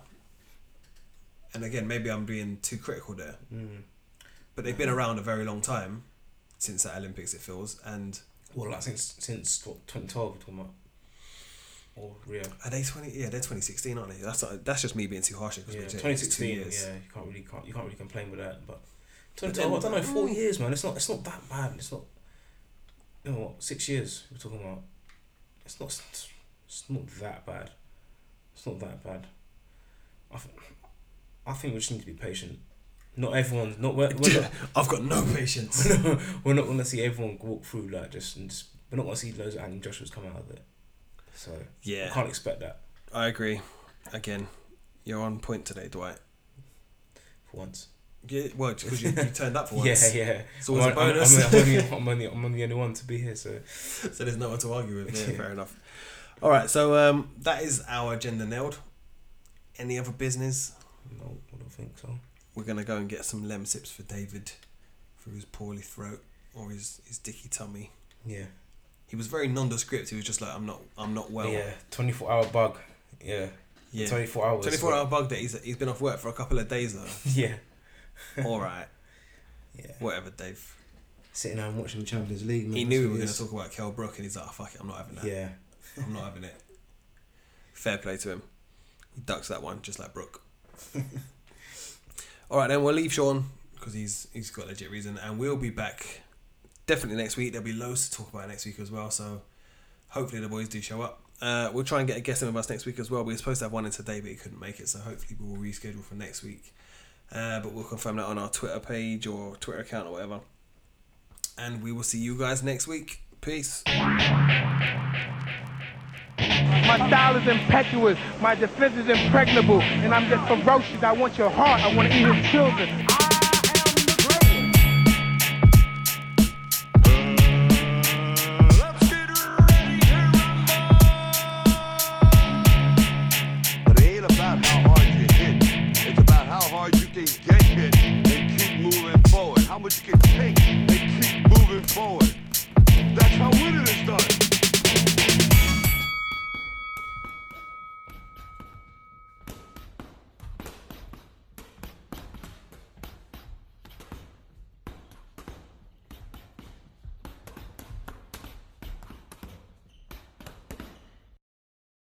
S3: And again, maybe I'm being too critical there,
S4: Mm.
S3: but they've been around a very long time since that Olympics. It feels, and
S4: Well, like since since what 2012 we're talking about, or Rio.
S3: are they twenty? Yeah, they're twenty sixteen, aren't they? That's not, that's just me being too harsh because
S4: Yeah,
S3: we're
S4: 2016.
S3: two years.
S4: Yeah, you can't really can't, you can't really complain with that. But
S3: But
S4: 2012, I
S3: then-
S4: don't know. Four
S3: Mm.
S4: years, man. It's not it's not that bad. It's not. You know what? Six years we're talking about. It's not. It's not that bad. It's not that bad. I, th- I think we just need to be patient. Not everyone's not we're, we're not
S3: I've got no patience.
S4: we're not gonna see everyone walk through like just, and just we're not gonna see loads of Anthony Joshua's come out of it. So I
S3: yeah,
S4: can't expect that
S3: I agree. Again, you're on point today, Dwight.
S4: for once.
S3: Yeah, well, because you, you turned up for once.
S4: Yeah, yeah.
S3: It's always
S4: I'm,
S3: a bonus.
S4: I'm, I'm, only, I'm, only, I'm only the only one to be here, so
S3: so there's no one to argue with. Yeah,
S4: Yeah.
S3: fair enough. All right, so um, that is our agenda nailed. Any other business?
S4: no, I don't think so.
S3: We're gonna go and get some lem sips for David, for his poorly throat or his his dicky tummy.
S4: Yeah.
S3: He was very nondescript. He was just like, I'm not, I'm not Oh, well.
S4: yeah, 24 hour bug. Yeah.
S3: Yeah.
S4: 24 hours.
S3: 24 hour bug that he's, he's been off work for a couple of days though.
S4: Yeah.
S3: All right,
S4: Yeah.
S3: whatever, Dave.
S4: Sitting home watching the Champions League. man,
S3: He
S4: that's
S3: knew we
S4: what
S3: were
S4: it
S3: going to
S4: is.
S3: talk about Kel Brook and he's like, "Oh, fuck it, I'm not having that.
S4: Yeah.
S3: I'm not having it. Fair play to him. He ducks that one just like Brooke. All right, then we'll leave Sean because he's he's got legit reason, and we'll be back definitely next week. There'll be loads to talk about next week as well. So hopefully the boys do show up. Uh, we'll try and get a guest in with us next week as well. We were supposed to have one in today, but he couldn't make it, so hopefully we will reschedule for next week. Uh, but we'll confirm that on our Twitter page or Twitter account or whatever. And we will see you guys next week. Peace.
S1: My style is impetuous, my defense is impregnable, and I'm just ferocious. I want your heart, I want to eat his children.
S2: Let's get ready to rumble. But it ain't about how hard you hit. It's about how hard you can get hit and keep moving forward. How much you can take and keep moving forward. That's how winning is done.